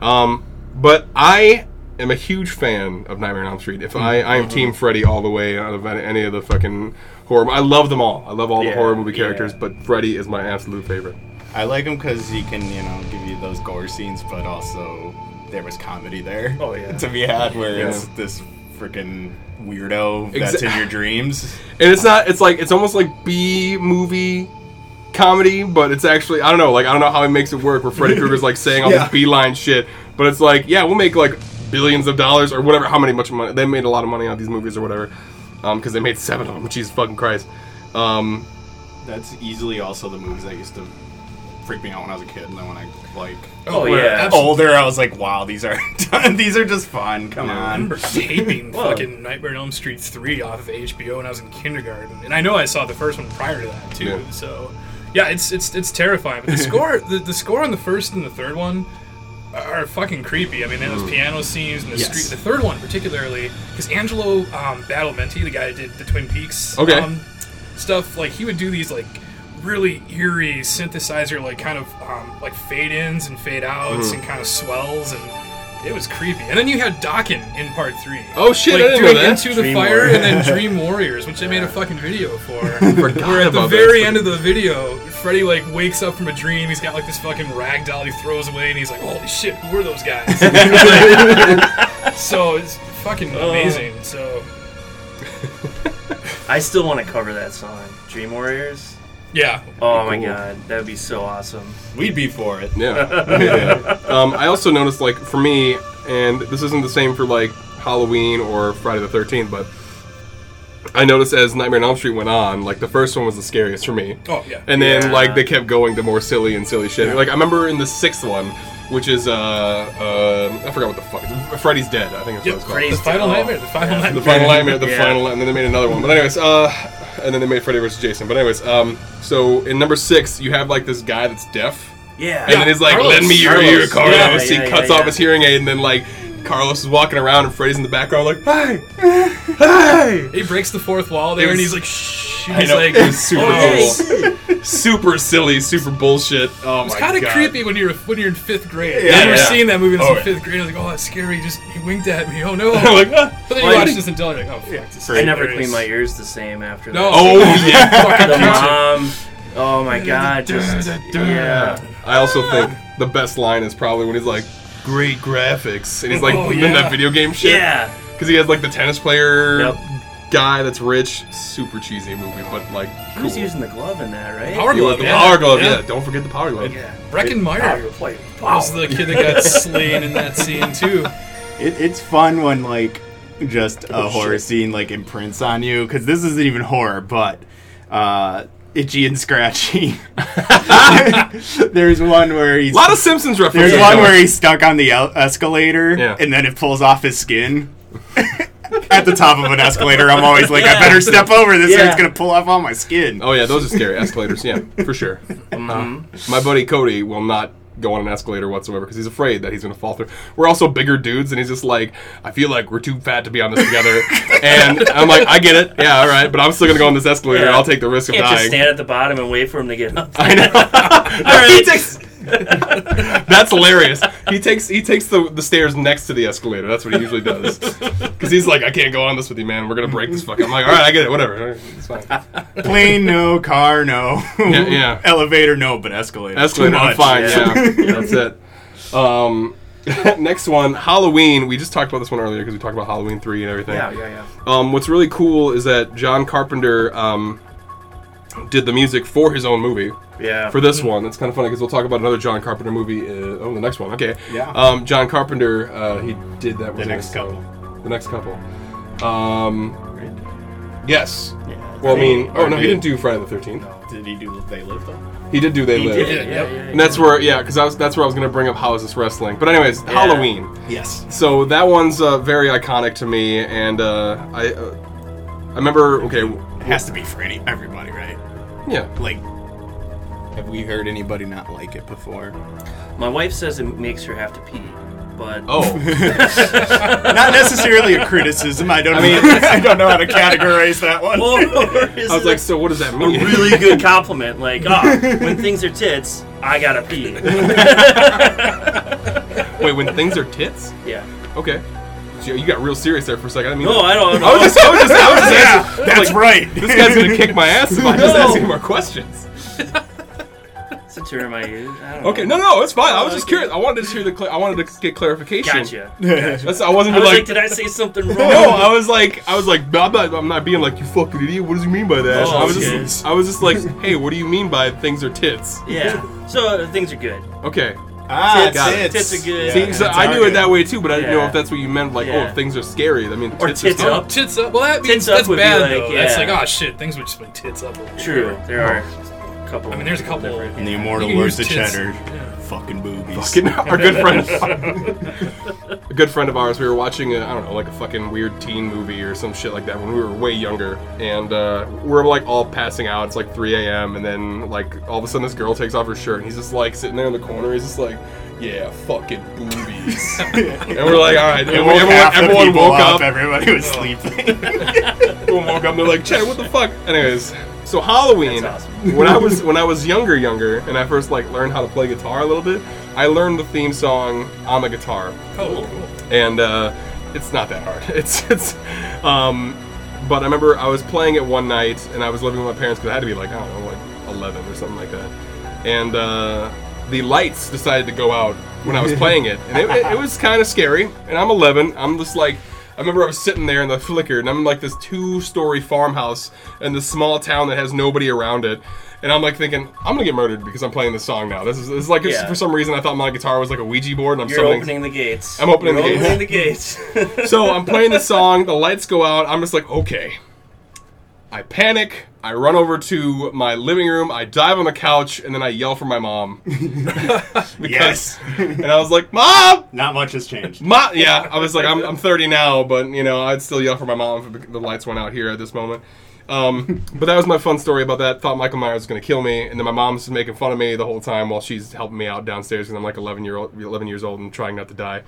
Speaker 1: Um, but I am a huge fan of Nightmare on Elm Street. If I, I
Speaker 3: Mm-hmm.
Speaker 1: am Team Freddy all the way out of any- any of the fucking horror, I love them all. I love all the
Speaker 3: Yeah,
Speaker 1: horror movie
Speaker 3: yeah.
Speaker 1: characters, but Freddy is my absolute favorite.
Speaker 2: I like him because he can, you know, give you those gore scenes, but also there was comedy there.
Speaker 4: Oh, yeah.
Speaker 2: (laughs) to be had where
Speaker 1: Yeah.
Speaker 2: it's this freaking weirdo that's
Speaker 1: Exa-
Speaker 2: in your
Speaker 1: (laughs)
Speaker 2: dreams.
Speaker 1: and it's not it's like it's almost like b movie comedy but it's actually i don't know like i don't know how he makes it work where freddy krueger's like saying all
Speaker 2: Yeah.
Speaker 1: this beeline shit but it's like yeah we'll make like billions of dollars or whatever how many much money they made a lot of money on these movies or whatever um because they made seven of them jesus fucking christ
Speaker 4: (laughs)
Speaker 1: um
Speaker 2: That's easily also the movies that used to freak me out when I was a kid. And then when I like
Speaker 3: Oh,
Speaker 4: we're
Speaker 3: yeah.
Speaker 4: abs-
Speaker 2: older, I was like, wow, these are (laughs) these are just fun. Come
Speaker 4: I
Speaker 2: on. (laughs)
Speaker 4: remember taping
Speaker 3: Whoa.
Speaker 4: fucking Nightmare on Elm Street 3 off of HBO when I was in kindergarten. And I know I saw the first one prior to that too.
Speaker 1: Yeah.
Speaker 4: So yeah, it's it's it's terrifying. But the score the, the score on the first and the third one are fucking creepy. I mean, and those piano scenes and the
Speaker 2: Yes.
Speaker 4: street the third one particularly because Angelo um, Battlementi, the guy that did the Twin Peaks
Speaker 1: Okay.
Speaker 4: um, stuff, like he would do these like really eerie synthesizer like kind of um, like fade ins and fade
Speaker 1: Mm-hmm.
Speaker 4: outs and kind of swells and it was creepy. And then you had Dokken in part three.
Speaker 1: Oh, shit, I
Speaker 4: Like
Speaker 1: didn't know
Speaker 4: doing
Speaker 1: that.
Speaker 4: Into the
Speaker 2: Dream
Speaker 4: Fire
Speaker 2: Warrior. (laughs)
Speaker 4: and then Dream Warriors, which I made a fucking
Speaker 1: (laughs)
Speaker 4: video for.
Speaker 1: Forgot
Speaker 4: Where at the
Speaker 1: about that.
Speaker 4: very end of the video, Freddy like wakes up from a dream. He's got like this fucking rag doll he throws away, and he's like, "Holy shit, who are
Speaker 1: (laughs)
Speaker 4: those guys?" (laughs) so it's fucking
Speaker 1: Uh.
Speaker 4: amazing. So
Speaker 3: I still want to cover that song, Dream Warriors.
Speaker 4: yeah,
Speaker 3: Oh my
Speaker 1: Cool.
Speaker 3: god, that'd be so awesome.
Speaker 2: We'd be for it.
Speaker 3: (laughs)
Speaker 1: Yeah. Yeah. Um, I also noticed, like, for me, and this isn't the same for, like, Halloween or Friday the 13th, but I noticed as Nightmare on Elm Street went on, like, the first one was the scariest for me.
Speaker 4: Oh, yeah.
Speaker 1: And then,
Speaker 3: Yeah.
Speaker 1: like, they kept going to more silly and silly shit. Like, I remember in the sixth one, which is, uh, uh, I forgot what the fuck. It's Freddy's Dead, I think that's what
Speaker 4: Yep,
Speaker 1: it's called.
Speaker 3: Freddy's-
Speaker 4: the final nightmare. The final
Speaker 1: The
Speaker 4: nightmare.
Speaker 1: final nightmare, the
Speaker 3: Yeah.
Speaker 1: final, and then they made another one. But anyways, uh, and then they made Freddy versus Jason. But anyways, um, so in number six, you have like this guy that's deaf,
Speaker 3: Yeah.
Speaker 1: and then he's like,
Speaker 4: Carlos.
Speaker 1: "Lend me your
Speaker 3: Carlos.
Speaker 1: ear, Carlos."
Speaker 3: Yeah,
Speaker 1: he
Speaker 3: yeah, yeah,
Speaker 1: cuts
Speaker 3: yeah.
Speaker 1: off his hearing aid, and then like Carlos is walking around, and Freddy's in the background, like, "Hey, hey!"
Speaker 4: He breaks the fourth wall there,
Speaker 1: It
Speaker 4: and
Speaker 1: was-
Speaker 4: he's like, "Shh."
Speaker 1: I
Speaker 4: He's
Speaker 1: know,
Speaker 4: like,
Speaker 1: it was super
Speaker 4: "Oh,
Speaker 1: cool.
Speaker 4: yeah,
Speaker 1: It's Super silly, super bullshit. Oh
Speaker 4: It's
Speaker 1: my
Speaker 4: kind of
Speaker 1: God.
Speaker 4: creepy when you're when you're in fifth grade.
Speaker 1: Yeah,
Speaker 4: I remember
Speaker 1: yeah.
Speaker 4: seeing that movie when I was
Speaker 1: Oh,
Speaker 4: in fifth grade. I was like, oh, that's scary. He Just he winked at me. Oh no!
Speaker 1: (laughs) I'm (laughs) like, "Ah."
Speaker 4: but then you
Speaker 3: Like-
Speaker 4: watch this and tell you're like, oh, fuck, this is
Speaker 3: I never
Speaker 4: hilarious.
Speaker 3: clean my ears the same after that.
Speaker 4: No.
Speaker 1: oh yeah.
Speaker 3: (laughs) the mom. Oh my
Speaker 4: (laughs)
Speaker 3: god, just yeah.
Speaker 1: I also think the best line is probably when he's like, "Great graphics," and he's like
Speaker 4: Oh,
Speaker 1: in that
Speaker 4: yeah.
Speaker 1: video game shit.
Speaker 3: Yeah.
Speaker 1: Because he has like the tennis player
Speaker 3: Yep.
Speaker 1: guy that's rich. Super cheesy movie, but like
Speaker 3: He
Speaker 1: cool.
Speaker 3: was using the glove in that, right?
Speaker 4: Power
Speaker 1: He was
Speaker 4: glove.
Speaker 1: the
Speaker 4: yeah.
Speaker 1: power glove. Yeah. don't forget the power glove.
Speaker 3: Yeah.
Speaker 4: Brecken Meyer was the kid that got slain in that scene too.
Speaker 2: It, it's fun when like just a
Speaker 1: Oh,
Speaker 2: horror
Speaker 3: shit.
Speaker 2: scene like imprints on you because this isn't even horror, but uh, itchy and scratchy. (laughs) there's one where he's
Speaker 1: A lot of Simpsons references.
Speaker 2: there's one
Speaker 1: though.
Speaker 2: where he's stuck on the el- escalator
Speaker 1: Yeah.
Speaker 2: and then it pulls off his skin. (laughs) At the top of an escalator, I'm always like, I better step over this, or
Speaker 3: Yeah.
Speaker 2: it's gonna pull off all my skin.
Speaker 1: Oh yeah, those are scary escalators. Yeah, for sure.
Speaker 3: Mm-hmm.
Speaker 1: Uh-huh. My buddy Cody will not go on an escalator whatsoever because he's afraid that he's going to fall through. We're also bigger dudes, and he's just like, I feel like we're too fat to be on this
Speaker 3: (laughs)
Speaker 1: together. and I'm like, I get it. Yeah, all right, but I'm still going to go on this escalator.
Speaker 3: Yeah.
Speaker 1: I'll take the risk of
Speaker 3: Can't just
Speaker 1: dying.
Speaker 3: stand at the bottom and wait for him to get up.
Speaker 1: (laughs) I know.
Speaker 3: (laughs)
Speaker 1: he takes. (laughs) That's hilarious. He takes he takes the, the stairs next to the escalator. That's what he usually does. Because he's like, I can't go on this with you, man. We're gonna break this fucking. I'm like, all right, I get it. Whatever. All right, It's fine.
Speaker 2: Plane, no. Car, no.
Speaker 1: yeah.
Speaker 2: Elevator, no. But escalator.
Speaker 1: Escalator,
Speaker 2: Too
Speaker 1: I'm
Speaker 2: much.
Speaker 1: fine.
Speaker 3: Yeah.
Speaker 2: (laughs)
Speaker 1: Yeah, that's it. Um, (laughs) next one, Halloween. We just talked about this one earlier because we talked about Halloween three and everything.
Speaker 3: Yeah, yeah, yeah.
Speaker 1: Um, what's really cool is that John Carpenter um, did the music for his own movie.
Speaker 3: Yeah.
Speaker 1: For this one, it's kind of funny because we'll talk about another John Carpenter movie. Uh, oh, the next one. Okay.
Speaker 2: Yeah.
Speaker 1: Um, John Carpenter, uh, he did that. wasn't
Speaker 2: next
Speaker 1: it?
Speaker 2: couple.
Speaker 1: The next couple. Um, yes.
Speaker 3: Yeah.
Speaker 1: Well, I mean, oh no, he
Speaker 2: Did-
Speaker 1: didn't do Friday the Thirteenth.
Speaker 2: Did he do? They lived though.
Speaker 1: He did do They
Speaker 3: (laughs) He
Speaker 1: Live.
Speaker 3: did. it,
Speaker 4: Yeah,
Speaker 3: Yeah,
Speaker 4: yep.
Speaker 3: yeah, yeah.
Speaker 1: And that's where, yeah, because was that's where I was gonna bring up how is this wrestling. But anyways, Halloween.
Speaker 2: Yes.
Speaker 1: So that one's uh, very iconic to me, and uh, I uh, remember. Okay, w-
Speaker 2: It has to be for any everybody, right?
Speaker 1: yeah.
Speaker 2: Like, have we heard anybody not like it before? (laughs)
Speaker 3: My wife says it makes her have to pee, but
Speaker 1: Oh,
Speaker 2: not necessarily a criticism. I don't. I
Speaker 1: mean,
Speaker 2: mean, I don't know (laughs) how to categorize that one.
Speaker 3: (laughs) Or
Speaker 2: (laughs)
Speaker 3: is
Speaker 1: I was
Speaker 3: it
Speaker 1: like, so what does that
Speaker 3: a
Speaker 1: mean?
Speaker 3: really good compliment. Like, ah, when things are tits, I gotta
Speaker 1: (laughs) (laughs)
Speaker 3: pee. (laughs)
Speaker 1: Wait, when things are tits?
Speaker 3: yeah.
Speaker 1: Okay. So you got real serious there for a second. I mean,
Speaker 3: No, I don't.
Speaker 1: I was just, I was just, I was
Speaker 3: (laughs)
Speaker 1: just
Speaker 2: yeah,
Speaker 1: asking.
Speaker 2: that's
Speaker 1: like,
Speaker 2: right.
Speaker 1: This guy's gonna kick
Speaker 2: (laughs)
Speaker 1: my ass if I just
Speaker 3: No.
Speaker 1: ask him more questions.
Speaker 3: It's a term I use. I don't know.
Speaker 1: Okay, no, no, it's fine. I was just curious. I wanted to hear the. Cl- I wanted to get clarification.
Speaker 3: Uh, Gotcha.
Speaker 1: That's, I wasn't
Speaker 3: I was like,
Speaker 1: like.
Speaker 3: did I say (laughs) something
Speaker 1: (laughs)
Speaker 3: wrong?
Speaker 1: no, I was like, I was like, I'm not, I'm not being like you fucking idiot. What does he mean by that?
Speaker 3: Oh,
Speaker 1: I was
Speaker 3: okay.
Speaker 1: just, I was just like, (laughs) hey, what do you mean by things are tits?
Speaker 3: yeah. So uh, things are good.
Speaker 1: Okay,
Speaker 2: Ah,
Speaker 1: Got it.
Speaker 2: tits.
Speaker 3: Tits are good.
Speaker 1: See, so I knew it that way too, but I didn't know
Speaker 3: Yeah.
Speaker 1: if that's what you meant. Like, oh,
Speaker 3: Yeah.
Speaker 1: if things are scary. I mean,
Speaker 3: Or
Speaker 1: are
Speaker 3: tits
Speaker 1: scary.
Speaker 3: up.
Speaker 4: Tits up. Well, that means
Speaker 3: Tits up
Speaker 4: that's
Speaker 3: would be
Speaker 4: bad
Speaker 3: like,
Speaker 4: though. That's
Speaker 3: yeah.
Speaker 4: like, oh shit, things would just been tits up. a little
Speaker 3: True.
Speaker 4: bit.
Speaker 3: There are a couple.
Speaker 4: I mean, there's a couple.
Speaker 3: different-
Speaker 2: In
Speaker 4: You
Speaker 1: (laughs)
Speaker 2: the immortal
Speaker 4: can
Speaker 2: words of
Speaker 4: use tits.
Speaker 2: cheddar,
Speaker 4: Yeah.
Speaker 2: fucking boobies.
Speaker 1: Fucking our good friend,
Speaker 2: (laughs)
Speaker 1: a good friend of ours. We were watching, a, I don't know, like a fucking weird teen movie or some shit like that when we were way younger, and uh, we're like all passing out. It's like 3 a.m. and then like all of a sudden this girl takes off her shirt and he's just like sitting there in the corner. He's just like, yeah, fucking
Speaker 2: (laughs)
Speaker 1: boobies, and we're like, all right.
Speaker 2: It
Speaker 1: And
Speaker 2: woke
Speaker 1: everyone,
Speaker 2: half the
Speaker 1: everyone
Speaker 2: people
Speaker 1: woke up.
Speaker 2: Everybody
Speaker 1: (laughs)
Speaker 2: was sleeping.
Speaker 1: Everyone woke up and they're like, Chad, what the fuck? Anyways, so Halloween.
Speaker 3: That's awesome.
Speaker 1: When I
Speaker 2: (laughs)
Speaker 1: was when I was younger, younger, and I first like learned how to play guitar a little bit, I learned the theme song on the guitar,
Speaker 4: Oh, cool.
Speaker 1: and uh, it's not that hard. (laughs) It's it's. Um, but I remember I was playing it one night, and I was living with my parents because I had to be like I don't know, like eleven or something like that, and uh, the lights decided to go out when
Speaker 3: (laughs)
Speaker 1: I was playing it, and it, it, it was kind of scary. And I'm eleven. I'm just like. I remember I was sitting there and the flickered, and I'm in like this two-story farmhouse in this small town that has nobody around it, and I'm like thinking I'm gonna get murdered because I'm playing this song now. This is, this is like
Speaker 3: Yeah.
Speaker 1: for some reason I thought my guitar was like a Ouija board, and I'm
Speaker 3: You're
Speaker 1: something-
Speaker 3: opening the gates.
Speaker 1: I'm opening
Speaker 3: You're
Speaker 1: the gates.
Speaker 3: opening the gates. (laughs)
Speaker 1: so I'm playing the song, the lights go out, I'm just like, okay. I panic, I run over to my living room, I dive on the couch, and then I yell for my mom.
Speaker 2: (laughs) yes.
Speaker 1: and I was like, Mom!
Speaker 2: Not much has changed.
Speaker 1: Ma- yeah, I was like, I'm, I'm 30 now, but you know, I'd still yell for my mom if the lights went out here at this moment. Um, but that was my fun story about that. Thought Michael Myers was going to kill me, and then my mom's just making fun of me the whole time while she's helping me out downstairs because I'm like 11 year old, 11 years old, and trying not to die.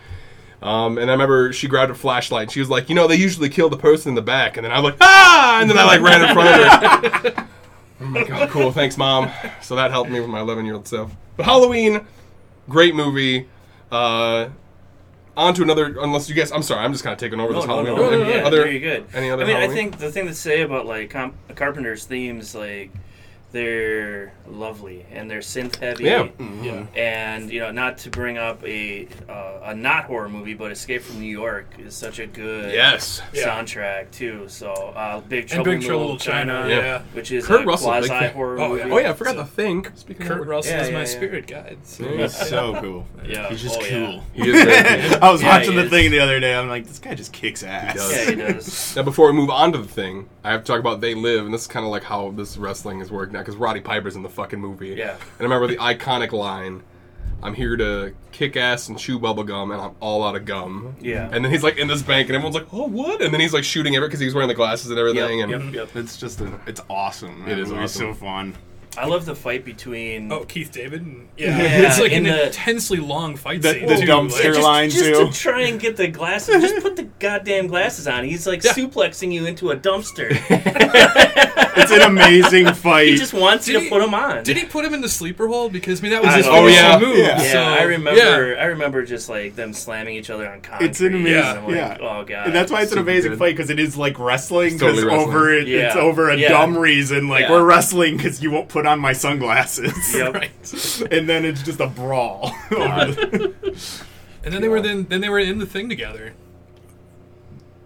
Speaker 1: Um, and I remember she grabbed a flashlight and she was like, you know, they usually kill the person in the back, and then I'm like, ah, and then I like ran in front of her. I'm like, oh, cool, thanks, mom. So that helped me with my 11 year old self. But Halloween, great movie. Uh, on to another. Unless you guys, I'm sorry, I'm just kind of taking over
Speaker 3: No,
Speaker 1: this
Speaker 3: no,
Speaker 1: Halloween.
Speaker 3: no, no,
Speaker 1: Any
Speaker 3: no, yeah,
Speaker 1: other-
Speaker 3: very good.
Speaker 1: Any other?
Speaker 3: I mean,
Speaker 1: Halloween?
Speaker 3: I think the thing to say about like com- Carpenter's themes, like they're lovely and they're synth heavy.
Speaker 1: Yeah.
Speaker 4: Yeah.
Speaker 3: And you know, not to bring up a uh, a not horror movie, but Escape from New York is such a good
Speaker 1: yes.
Speaker 4: Yeah.
Speaker 3: soundtrack too. So uh, Big
Speaker 4: And
Speaker 3: Trouble
Speaker 4: Big
Speaker 3: in
Speaker 4: Trouble Little China.
Speaker 1: Yeah.
Speaker 4: Yeah.
Speaker 3: which is
Speaker 1: Kurt
Speaker 3: a
Speaker 1: Russell, big
Speaker 3: quasi horror
Speaker 4: fan. Oh,
Speaker 3: movie.
Speaker 4: yeah.
Speaker 1: Oh yeah, I forgot
Speaker 4: So-
Speaker 1: the thing. Speaking
Speaker 4: Kurt
Speaker 1: of-
Speaker 4: Russell
Speaker 3: Yeah,
Speaker 4: is
Speaker 3: yeah,
Speaker 4: my
Speaker 3: yeah.
Speaker 4: spirit guide. So.
Speaker 1: Yeah.
Speaker 2: He's so cool.
Speaker 3: Yeah.
Speaker 2: He's just
Speaker 3: Oh, yeah.
Speaker 2: cool.
Speaker 1: He is very cool.
Speaker 2: I was
Speaker 3: Yeah,
Speaker 2: watching
Speaker 3: he
Speaker 2: the
Speaker 3: is.
Speaker 2: thing the other day. I'm like, this guy just kicks ass.
Speaker 1: does.
Speaker 3: Yeah,
Speaker 2: (laughs)
Speaker 3: he
Speaker 1: (laughs)
Speaker 3: does.
Speaker 1: Now, before we move on to the thing, I have to talk about They Live, and this is kind of like how this wrestling is working now, because Roddy Piper's in the fucking movie.
Speaker 3: Yeah.
Speaker 1: And I remember the iconic line I'm here to kick ass and chew bubble gum, and I'm all out of gum.
Speaker 3: Yeah.
Speaker 1: And then he's like in this bank, and everyone's like, oh, what? And then he's like shooting everyone because he was wearing the glasses and everything.
Speaker 3: Yep,
Speaker 1: and
Speaker 3: yep, yep.
Speaker 2: It's just a, it's awesome.
Speaker 1: It is
Speaker 2: It was
Speaker 1: awesome.
Speaker 2: so
Speaker 3: (laughs)
Speaker 2: fun.
Speaker 3: I love the fight between
Speaker 4: Oh, Keith David. and- Yeah.
Speaker 3: Yeah,
Speaker 4: (laughs) It's like
Speaker 3: in
Speaker 4: an
Speaker 3: the-
Speaker 4: intensely long fight
Speaker 2: The-
Speaker 4: scene.
Speaker 2: the
Speaker 4: too,
Speaker 2: dumpster
Speaker 4: like-
Speaker 2: Just- line,
Speaker 3: just
Speaker 2: too.
Speaker 3: to try and get the glasses.
Speaker 4: (laughs)
Speaker 3: Just put the goddamn glasses on. He's like suplexing you into a dumpster.
Speaker 4: (laughs)
Speaker 2: It's an amazing fight.
Speaker 3: he just wants you
Speaker 4: Did
Speaker 3: to
Speaker 4: he-
Speaker 3: put them on.
Speaker 4: Did he put him in the sleeper hole? Because I mean that was
Speaker 3: I
Speaker 4: his
Speaker 3: don't know.
Speaker 4: oh,
Speaker 1: Oh, yeah.
Speaker 4: move.
Speaker 2: Yeah.
Speaker 3: Yeah,
Speaker 4: so-
Speaker 3: I
Speaker 4: yeah.
Speaker 3: remember. I remember just like them slamming each other on concrete.
Speaker 2: It's an amazing,
Speaker 4: Yeah,
Speaker 2: yeah.
Speaker 3: I'm like, Oh god.
Speaker 2: And that's why it's an
Speaker 1: Super
Speaker 2: amazing
Speaker 1: good.
Speaker 2: fight because it is like wrestling
Speaker 1: It's totally
Speaker 2: because over it,
Speaker 3: wrestling.
Speaker 2: it's
Speaker 3: Yeah.
Speaker 2: over a
Speaker 3: Yeah.
Speaker 2: dumb reason. Like
Speaker 3: Yeah.
Speaker 2: we're wrestling because you won't put on my sunglasses, (laughs)
Speaker 3: Yep.
Speaker 2: right? And then it's just a brawl. (laughs) over the-
Speaker 1: Oh,
Speaker 4: And then they were then then they were in the thing together.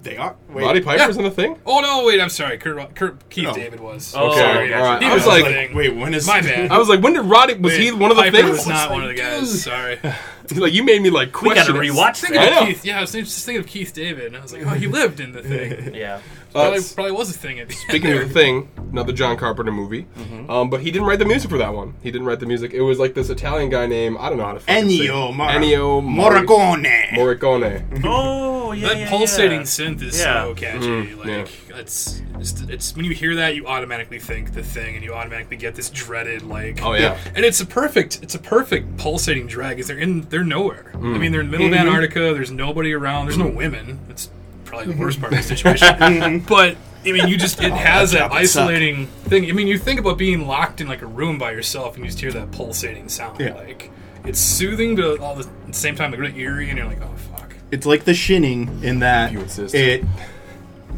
Speaker 2: they are. Wait,
Speaker 1: Roddy Piper's in the thing?
Speaker 4: Oh no! Wait, I'm sorry. Kurt, Kurt Keith
Speaker 2: Oh.
Speaker 4: David was.
Speaker 3: Oh,
Speaker 1: Okay,
Speaker 3: sorry,
Speaker 1: all right.
Speaker 4: He
Speaker 1: I was
Speaker 4: was
Speaker 1: like,
Speaker 4: like-
Speaker 2: wait, when is
Speaker 4: My
Speaker 2: (laughs)
Speaker 4: bad.
Speaker 1: I was like, when did Roddy, was he one of the
Speaker 4: Piper
Speaker 1: things?
Speaker 4: Was
Speaker 1: I was
Speaker 4: not one of the
Speaker 1: like,
Speaker 4: guys.
Speaker 3: (laughs)
Speaker 4: Sorry.
Speaker 1: dude. (laughs) Like, you made me like
Speaker 3: We gotta
Speaker 1: question. it.
Speaker 3: rewatch
Speaker 4: Thinking
Speaker 1: I
Speaker 3: that.
Speaker 1: know.
Speaker 4: of Keith, yeah, I was just thinking of Keith David, and I was like, oh, he
Speaker 1: (laughs)
Speaker 4: lived in the thing.
Speaker 3: Yeah.
Speaker 1: Uh,
Speaker 4: Probably, probably was a thing. At the
Speaker 1: Speaking
Speaker 4: end (laughs)
Speaker 1: of (laughs) the thing, another John Carpenter movie, um, but he didn't write the music for that one. He didn't write the music. It was like this Italian guy named I don't know how to fucking say-
Speaker 2: Ennio Mar-
Speaker 1: Ennio Mor-
Speaker 2: Morricone?
Speaker 1: Morricone.
Speaker 3: Oh yeah,
Speaker 4: that
Speaker 3: yeah,
Speaker 4: pulsating
Speaker 3: yeah.
Speaker 4: synth is
Speaker 3: Yeah.
Speaker 4: so catchy.
Speaker 1: Mm,
Speaker 4: like it's, it's it's when you hear that, you automatically think the thing, and you automatically get this dreaded like.
Speaker 1: Oh yeah.
Speaker 4: And it's a perfect it's a perfect pulsating drag. Is they're in they're nowhere. I mean, they're in the middle
Speaker 2: Mhm.
Speaker 4: of Antarctica. There's nobody around. There's no women. That's probably the worst part
Speaker 2: (laughs)
Speaker 4: of the situation. but I mean, you just it has
Speaker 2: Mm-hmm. Oh, that
Speaker 4: that
Speaker 2: job would suck.
Speaker 4: isolating thing. I mean, you think about being locked in like a room by yourself, and you just hear that pulsating sound.
Speaker 2: Yeah.
Speaker 4: Like it's soothing, but all the, at the same time, like really eerie, and you're like, oh fuck.
Speaker 2: It's like the shinning in that
Speaker 1: You insist.
Speaker 2: it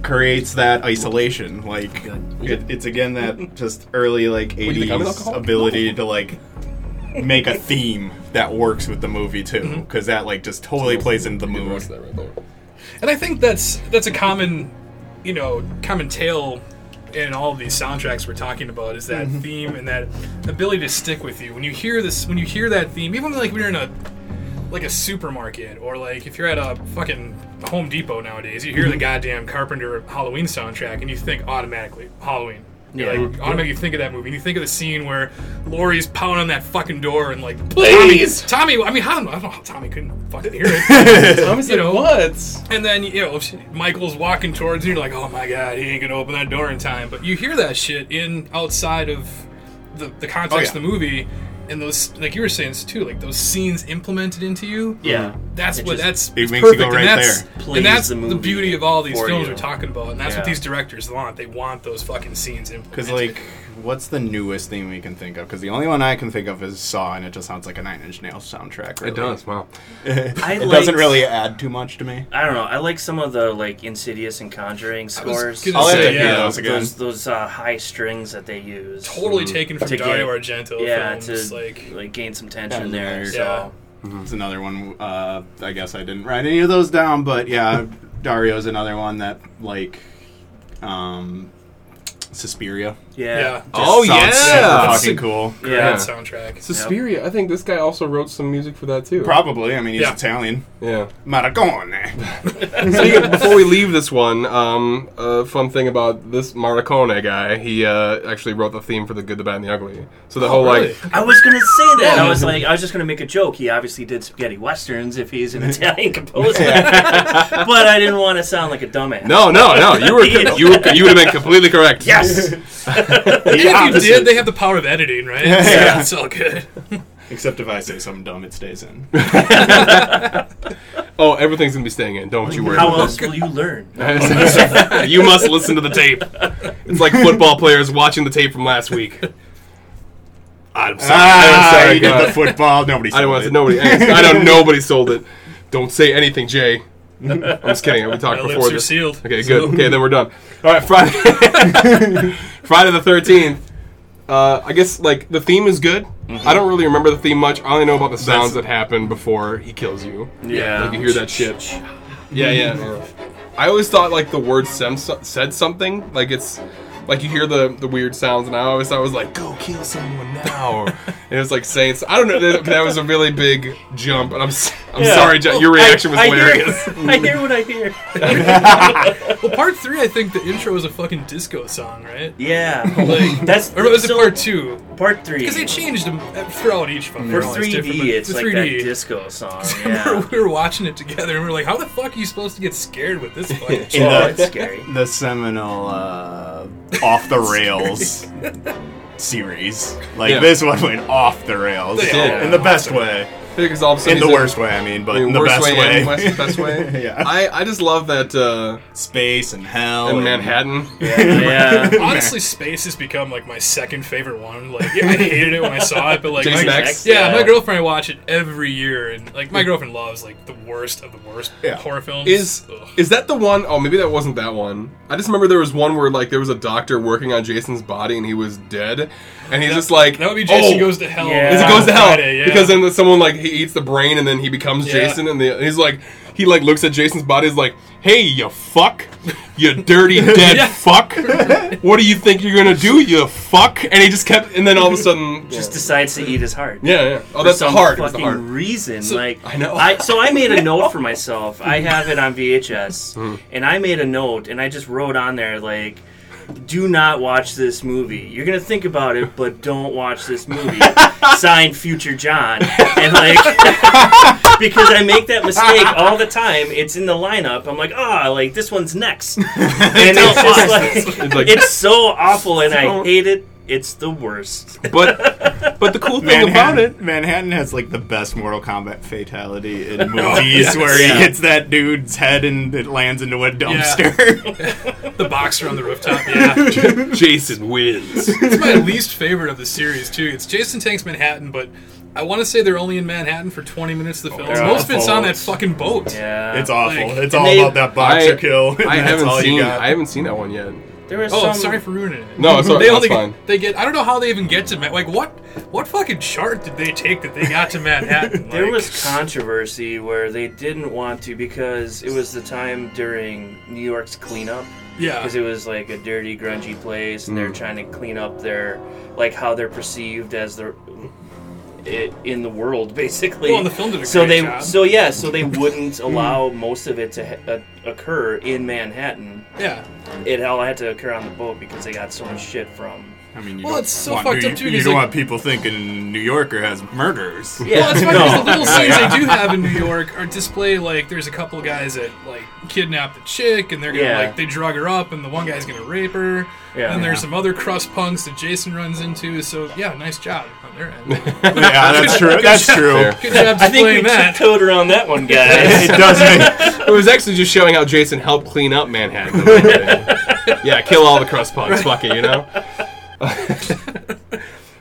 Speaker 2: creates that isolation. Like it, it's again that just early like
Speaker 1: you think I'm an
Speaker 2: eighties
Speaker 1: alcoholic?
Speaker 2: ability to like make a theme that works with the movie
Speaker 1: Mm-hmm.
Speaker 2: too, because that like just totally plays into the
Speaker 1: You
Speaker 2: mood.
Speaker 1: roast that right there.
Speaker 4: And I think that's that's a common, you know, common tale in all of these soundtracks we're talking about is that theme and that ability to stick with you. When you hear this, when you hear that theme, even like when you're in a like a supermarket or like if you're at a fucking Home Depot nowadays, you hear the goddamn Carpenter Halloween soundtrack and you think automatically Halloween. You're
Speaker 3: Yeah.
Speaker 4: like automatically you think of that movie. And you think of the scene where Lori's pounding on that fucking door and like
Speaker 3: Please!
Speaker 4: Tommy. Tommy I mean, I don't know, I don't know how Tommy couldn't fucking hear it.
Speaker 3: Thomas
Speaker 4: You know.
Speaker 3: what?
Speaker 4: And then you know Michael's walking towards you, you're like, "Oh my god, he ain't gonna open that door in time." But you hear that shit in outside of the, the context
Speaker 2: Oh, yeah.
Speaker 4: of the movie, and those like you were saying too, like those scenes implemented into you.
Speaker 3: Yeah.
Speaker 4: That's
Speaker 3: It
Speaker 4: what
Speaker 3: just
Speaker 4: that's
Speaker 2: It
Speaker 4: it's
Speaker 2: makes you go
Speaker 4: perfect, and
Speaker 2: right
Speaker 4: that's-
Speaker 2: there.
Speaker 4: And
Speaker 3: Plays
Speaker 4: that's
Speaker 3: the
Speaker 4: the,
Speaker 3: movie
Speaker 4: beauty of all these
Speaker 3: for
Speaker 4: films
Speaker 3: you.
Speaker 4: we're talking about, and that's what
Speaker 3: Yeah.
Speaker 4: these directors want. They want those fucking scenes implemented.
Speaker 2: Because like, what's the newest thing we can think of? Because the only one I can think of is Saw, and it just sounds like a Nine Inch Nails soundtrack.
Speaker 1: It
Speaker 2: (laughs) really.
Speaker 1: does. Wow.
Speaker 3: I
Speaker 2: It
Speaker 3: liked-
Speaker 2: doesn't really add too much to me.
Speaker 3: I don't know. I like some of the like Insidious and Conjuring
Speaker 4: was
Speaker 3: scores.
Speaker 4: gonna
Speaker 2: I'll have
Speaker 4: say,
Speaker 2: to
Speaker 4: yeah,
Speaker 2: hear those again.
Speaker 3: Those those uh, high strings that they use.
Speaker 4: totally taken from
Speaker 3: Mm. To get-
Speaker 4: Dario Argento
Speaker 3: yeah,
Speaker 4: films.
Speaker 3: to
Speaker 4: like
Speaker 3: like, gain some tension
Speaker 2: Yeah,
Speaker 3: there.
Speaker 2: yeah.
Speaker 3: So
Speaker 2: It's another one. Uh, I guess I didn't write any of those down, but yeah, Dario's another one that like, um, Suspiria.
Speaker 3: yeah,
Speaker 4: yeah,
Speaker 1: Oh yeah.
Speaker 2: Sounds super
Speaker 1: That's
Speaker 2: fucking
Speaker 1: a
Speaker 2: cool.
Speaker 3: yeah,
Speaker 4: great
Speaker 1: Yeah.
Speaker 4: soundtrack.
Speaker 1: Suspiria. I think this guy also wrote some music for that too.
Speaker 2: Probably. I mean, he's
Speaker 4: Yeah.
Speaker 2: Italian.
Speaker 1: yeah. (laughs)
Speaker 2: Maracone.
Speaker 1: So you- before we leave this one, um, a fun thing about this Maracone guy, he uh, actually wrote the theme for the Good, the Bad, and the Ugly. So the whole
Speaker 4: Oh, really?
Speaker 1: like,
Speaker 3: I was gonna say that. I was like, I was just gonna make a joke. He obviously did spaghetti westerns
Speaker 1: (laughs)
Speaker 3: if he's an Italian composer, (laughs) but I didn't want to sound like a dumbass.
Speaker 1: no, no, no, you were
Speaker 4: (laughs)
Speaker 1: you were- you would have been completely correct. (laughs)
Speaker 3: (laughs)
Speaker 2: yes.
Speaker 4: Even
Speaker 2: Yeah,
Speaker 4: if you did, they have the power of editing, right?
Speaker 2: (laughs)
Speaker 4: Yeah,
Speaker 2: Yeah.
Speaker 4: it's
Speaker 3: (laughs)
Speaker 4: all good.
Speaker 2: Except if I say something dumb, it stays (laughs) in.
Speaker 1: Oh, everything's gonna be staying in. Don't you worry.
Speaker 3: How else will you learn?
Speaker 1: (laughs) you must listen to the tape. It's like football players watching the tape from last week. I'm sorry.
Speaker 2: ah,
Speaker 1: I'm sorry,
Speaker 2: you did
Speaker 1: God.
Speaker 2: the football. Nobody.
Speaker 1: I don't
Speaker 2: sold
Speaker 1: want to.
Speaker 2: it. (laughs)
Speaker 1: Nobody. I know nobody sold it. Don't say anything, Jay. I'm just kidding. We talked
Speaker 4: My
Speaker 1: before
Speaker 4: lips are
Speaker 1: this.
Speaker 4: sealed.
Speaker 1: Okay, good. Okay, then we're done. All right, Friday, (laughs) Friday the thirteenth. Uh, I guess like the theme is good.
Speaker 2: Mm-hmm.
Speaker 1: I don't really remember the theme much. I only know about the sounds that happen before he kills you.
Speaker 3: Yeah,
Speaker 1: Like you hear that shit. Yeah, yeah. I always thought like the word sem- said something. Like it's like you hear the the weird sounds, and I always thought it was like go kill someone
Speaker 2: (laughs)
Speaker 1: now. and it was like saying so- I don't know. That, that was a really big jump, and I'm s- I'm
Speaker 3: Yeah.
Speaker 1: sorry, Jack. Your reaction was
Speaker 3: I,
Speaker 1: hilarious.
Speaker 3: I hear, (laughs) I hear what I hear.
Speaker 4: Well, part three, I think the intro was a fucking disco song, right?
Speaker 3: Yeah,
Speaker 4: (laughs) Like,
Speaker 3: that's
Speaker 4: or was it
Speaker 3: so-
Speaker 4: part two?
Speaker 3: part three.
Speaker 4: Because they changed them uh, throughout each film.
Speaker 3: For
Speaker 4: They're always
Speaker 3: 3D,
Speaker 4: different, but
Speaker 3: it's
Speaker 4: the
Speaker 3: like that
Speaker 4: (laughs)
Speaker 3: disco song. Yeah.
Speaker 4: we were watching it together, and we were like, "How the fuck are you supposed to get scared with this fucking?" shit?
Speaker 2: In
Speaker 3: Oh,
Speaker 2: the-
Speaker 3: that's scary.
Speaker 2: the seminal uh, off the
Speaker 1: (laughs)
Speaker 2: rails series. Like
Speaker 1: Yeah.
Speaker 2: this one went off the rails
Speaker 4: They
Speaker 1: did.
Speaker 2: in the best way,
Speaker 1: (laughs) Because all of a sudden
Speaker 2: in the
Speaker 1: he's
Speaker 2: worst way. I mean, but
Speaker 1: I mean,
Speaker 2: in the
Speaker 1: worst
Speaker 2: best
Speaker 1: way,
Speaker 2: way.
Speaker 1: and West, best way.
Speaker 2: (laughs) Yeah.
Speaker 1: (laughs) I, I just love that uh,
Speaker 2: Space and hell
Speaker 4: Oh,
Speaker 1: in
Speaker 2: (laughs)
Speaker 1: Manhattan.
Speaker 3: Yeah.
Speaker 4: Honestly, space has become like my second favorite one. Like, yeah, I hated it when I saw it, but like,
Speaker 1: Jason
Speaker 4: my,
Speaker 1: X?
Speaker 4: yeah,
Speaker 3: Yeah.
Speaker 4: my girlfriend and I watch it every year, and like, my girlfriend loves like the worst of the worst
Speaker 2: Yeah.
Speaker 4: horror films.
Speaker 1: Is
Speaker 4: Ugh.
Speaker 1: is that the one oh maybe that wasn't that one. I just remember there was one where like there was a doctor working on Jason's body and he was dead, and he's just like
Speaker 4: that would be Jason
Speaker 1: "Oh, (laughs)
Speaker 4: goes to hell.
Speaker 3: Yeah.
Speaker 1: Because
Speaker 3: Jason
Speaker 1: it goes to hell.
Speaker 4: Friday, yeah.
Speaker 1: Because then the- someone like he eats the brain and then he becomes
Speaker 4: Yeah.
Speaker 1: Jason and the, he's like he like looks at Jason's body is like, hey you fuck, you
Speaker 4: (laughs)
Speaker 1: dirty dead
Speaker 4: Yeah.
Speaker 1: fuck. What do you think you're gonna do, you fuck? And he just kept and then all of a
Speaker 4: (laughs)
Speaker 1: sudden
Speaker 3: Just decides to eat his heart.
Speaker 1: yeah, yeah. Oh,
Speaker 3: For
Speaker 1: that's the
Speaker 3: some
Speaker 1: heart. It was the
Speaker 3: fucking
Speaker 1: heart.
Speaker 3: reason. like
Speaker 1: I know.
Speaker 3: so
Speaker 1: (laughs)
Speaker 3: I made a note for myself. I have it on
Speaker 1: Hmm.
Speaker 3: VHS, and I made a note, and I just wrote on there like. Do not watch this movie. You're gonna think about
Speaker 1: (laughs)
Speaker 3: it, but don't watch this movie. Signed, Future John, and like (laughs) because I make that mistake all the time. It's in the lineup. I'm like, ah, like this
Speaker 1: (laughs)
Speaker 3: one's next, and it's just like
Speaker 1: It's
Speaker 3: it's,
Speaker 1: like-
Speaker 3: so awful, and I
Speaker 1: Don't.
Speaker 3: hate it. It's
Speaker 1: (laughs)
Speaker 3: the worst.
Speaker 1: But but the cool thing about
Speaker 2: Manhattan,
Speaker 1: it,
Speaker 2: Manhattan has like the best Mortal Kombat fatality in movies, where he
Speaker 3: Yeah.
Speaker 2: hits that dude's head and it lands into a dumpster.
Speaker 4: the boxer on the rooftop. Yeah,
Speaker 1: (laughs) Jason wins.
Speaker 4: it's my least favorite of the series too. It's Jason Tanks Manhattan, but I want to say they're only in Manhattan for 20 minutes of the film.
Speaker 3: Oh, they're on
Speaker 4: Most
Speaker 2: the
Speaker 4: of it's on that
Speaker 2: boats.
Speaker 4: fucking boat.
Speaker 2: (laughs)
Speaker 3: yeah,
Speaker 2: it's awful.
Speaker 4: Like,
Speaker 2: it's
Speaker 3: and
Speaker 2: all
Speaker 3: they-
Speaker 2: about that boxer kill. (laughs) and
Speaker 1: I
Speaker 2: that's
Speaker 1: haven't
Speaker 2: all you
Speaker 1: seen.
Speaker 2: got.
Speaker 1: I haven't seen that one yet.
Speaker 3: There was
Speaker 4: Oh,
Speaker 3: some.
Speaker 4: sorry for ruining it.
Speaker 1: No, it's all-
Speaker 4: they
Speaker 1: that's
Speaker 4: only
Speaker 1: fine.
Speaker 4: Get, they get. I don't know how they even get to Ma- like what what fucking chart did they take that
Speaker 3: (laughs)
Speaker 4: they got to Manhattan?
Speaker 3: There
Speaker 4: Like,
Speaker 3: was controversy where they didn't want to because it was the time during New York's cleanup.
Speaker 4: yeah.
Speaker 3: because it was like a dirty, grungy place,
Speaker 1: Hmm.
Speaker 3: and they're trying to clean up their like how they're perceived as the it, in the world, (laughs) basically.
Speaker 4: Well, and the film did a
Speaker 3: so they
Speaker 4: great job.
Speaker 3: so yeah, so they wouldn't
Speaker 1: Hmm.
Speaker 3: allow most of it to ha- uh, occur in Manhattan.
Speaker 4: yeah.
Speaker 3: It all had to occur on the boat because they got so much shit from.
Speaker 2: I mean, you
Speaker 4: Well,
Speaker 2: don't
Speaker 4: it's so
Speaker 2: want,
Speaker 4: fucked
Speaker 2: you,
Speaker 4: up, too,
Speaker 2: You
Speaker 4: 'cause,
Speaker 2: don't
Speaker 4: like-
Speaker 2: want people thinking New Yorker has murders.
Speaker 3: Yeah,
Speaker 4: Well, that's why
Speaker 3: no.
Speaker 4: because the little
Speaker 3: (laughs)
Speaker 4: scenes they do have in New York are display like there's a couple guys that like kidnap the chick and they're gonna
Speaker 3: Yeah.
Speaker 4: like they drug her up and the one guy's gonna rape her.
Speaker 3: Yeah.
Speaker 4: And there's some other crust punks that Jason runs into. So yeah, nice job on
Speaker 3: (laughs)
Speaker 4: their
Speaker 1: (laughs)
Speaker 4: end.
Speaker 2: yeah, that's true.
Speaker 4: Good
Speaker 2: That's
Speaker 4: job.
Speaker 2: true.
Speaker 1: Fair.
Speaker 4: Good job displaying
Speaker 3: I think we
Speaker 4: that.
Speaker 3: tiptoed around that one, guys.
Speaker 2: It does make
Speaker 1: It was actually just showing how Jason helped clean up (laughs) Manhattan. yeah, kill all the crust punks. Fuck it, you know. (laughs)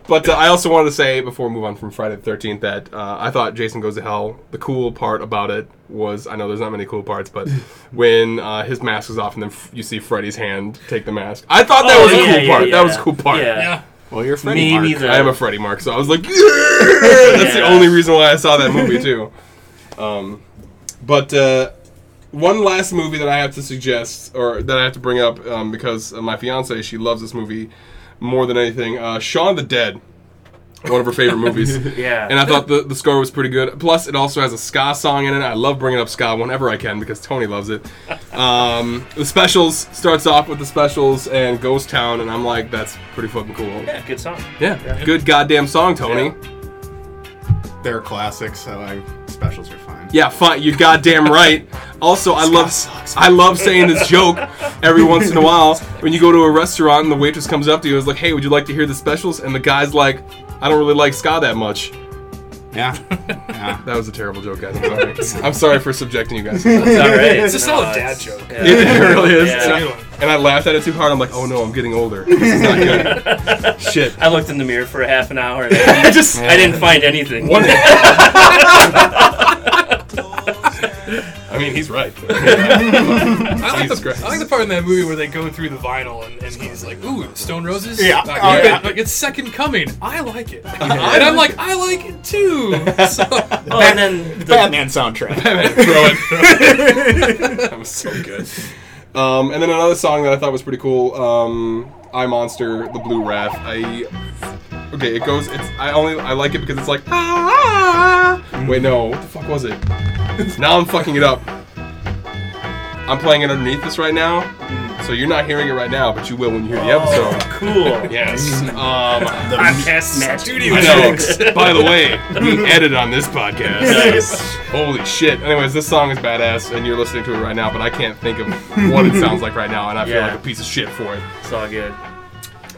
Speaker 1: but uh, I also wanted to say before we move on from Friday the Thirteenth that uh, I thought Jason Goes to Hell. The cool part about it was I know there's not many cool parts,
Speaker 3: (laughs)
Speaker 1: but when uh, his mask was off and then f- you see Freddy's hand take the mask, I thought (laughs) that
Speaker 3: Oh,
Speaker 1: was a
Speaker 3: yeah,
Speaker 1: cool
Speaker 3: yeah,
Speaker 1: part.
Speaker 3: yeah.
Speaker 1: That was a cool part.
Speaker 3: Yeah. (laughs)
Speaker 4: Yeah.
Speaker 2: Well, you're Freddy
Speaker 3: Me
Speaker 2: Mark.
Speaker 3: neither.
Speaker 1: I am a Freddy Mark, so I was like, "Yeah!" that's the
Speaker 3: Yeah.
Speaker 1: only reason why I saw
Speaker 3: (laughs)
Speaker 1: that movie too. Um, but uh, one last movie that I have to suggest, or that I have to bring up, um, because uh, my fiance she loves this movie more than anything. Uh, Shaun the Dead, one of her favorite movies.
Speaker 3: (laughs) Yeah.
Speaker 1: And I thought the, the score was pretty good. Plus, it also has a ska song in it. I love bringing up ska whenever I can because Tony loves it. Um, the specials starts off with the specials and Ghost Town, and I'm like, that's pretty fucking cool.
Speaker 3: yeah, good song.
Speaker 1: Yeah. Good goddamn song, Tony.
Speaker 3: Yeah.
Speaker 1: Yeah,
Speaker 2: They're classics, so I, specials are fine.
Speaker 1: fine. You (laughs) goddamn right. Also, I love
Speaker 2: sucks.
Speaker 1: I love saying this joke (laughs) every once in a while. When you go to a restaurant and the waitress comes up to you and is like, "Hey, would you like to hear the specials?" and the guy's like, "I don't really like ska that much."
Speaker 2: Yeah. yeah.
Speaker 1: That was a terrible joke, guys. I'm (laughs) sorry. I'm sorry for subjecting you guys. (laughs) to that.
Speaker 3: It's all right.
Speaker 4: (laughs) It's a solid dad
Speaker 3: it's-
Speaker 4: joke.
Speaker 3: yeah.
Speaker 1: It really is.
Speaker 3: Yeah.
Speaker 1: And, I, and I laughed at it too hard. I'm like, "Oh no, I'm getting older. This is not good." (laughs) Shit.
Speaker 3: I looked in the mirror for a half an
Speaker 4: (laughs)
Speaker 3: hour. And I,
Speaker 1: just
Speaker 3: I didn't find anything.
Speaker 1: One- I mean, he's right. (laughs)
Speaker 4: I like,
Speaker 1: Jesus
Speaker 4: the,
Speaker 1: Christ.
Speaker 4: I like the part in that movie where they go through the vinyl and, and he's like, "Ooh, Stone Roses."
Speaker 2: Yeah.
Speaker 4: Uh,
Speaker 2: Oh,
Speaker 4: good.
Speaker 2: yeah.
Speaker 4: Like it's Second Coming. I
Speaker 3: (laughs)
Speaker 4: like it, and I'm like, I like it too. So, (laughs)
Speaker 3: Oh, and
Speaker 2: (laughs)
Speaker 3: then the,
Speaker 2: Batman
Speaker 3: (laughs)
Speaker 2: soundtrack.
Speaker 1: throw it. that was so good. Um, and then another song that I thought was pretty cool, um, "I Monster," the Blue Wrath. I okay, it goes. It's I only I like it because it's like ah. Wait, no, what the fuck was it? (laughs) now I'm fucking it up. I'm playing it underneath this right now, so you're not hearing it right now, but you will when you hear the episode.
Speaker 3: (laughs) cool.
Speaker 1: Yes. Um,
Speaker 3: podcast
Speaker 4: studio
Speaker 1: I
Speaker 4: tricks.
Speaker 1: know. By the way,
Speaker 3: (laughs)
Speaker 1: we edit on this podcast. Holy shit. Anyways, this song is badass, and you're listening to it right now, but I can't think of what it sounds like right now, and I feel
Speaker 3: Yeah.
Speaker 1: like a piece of shit for it.
Speaker 3: It's all good.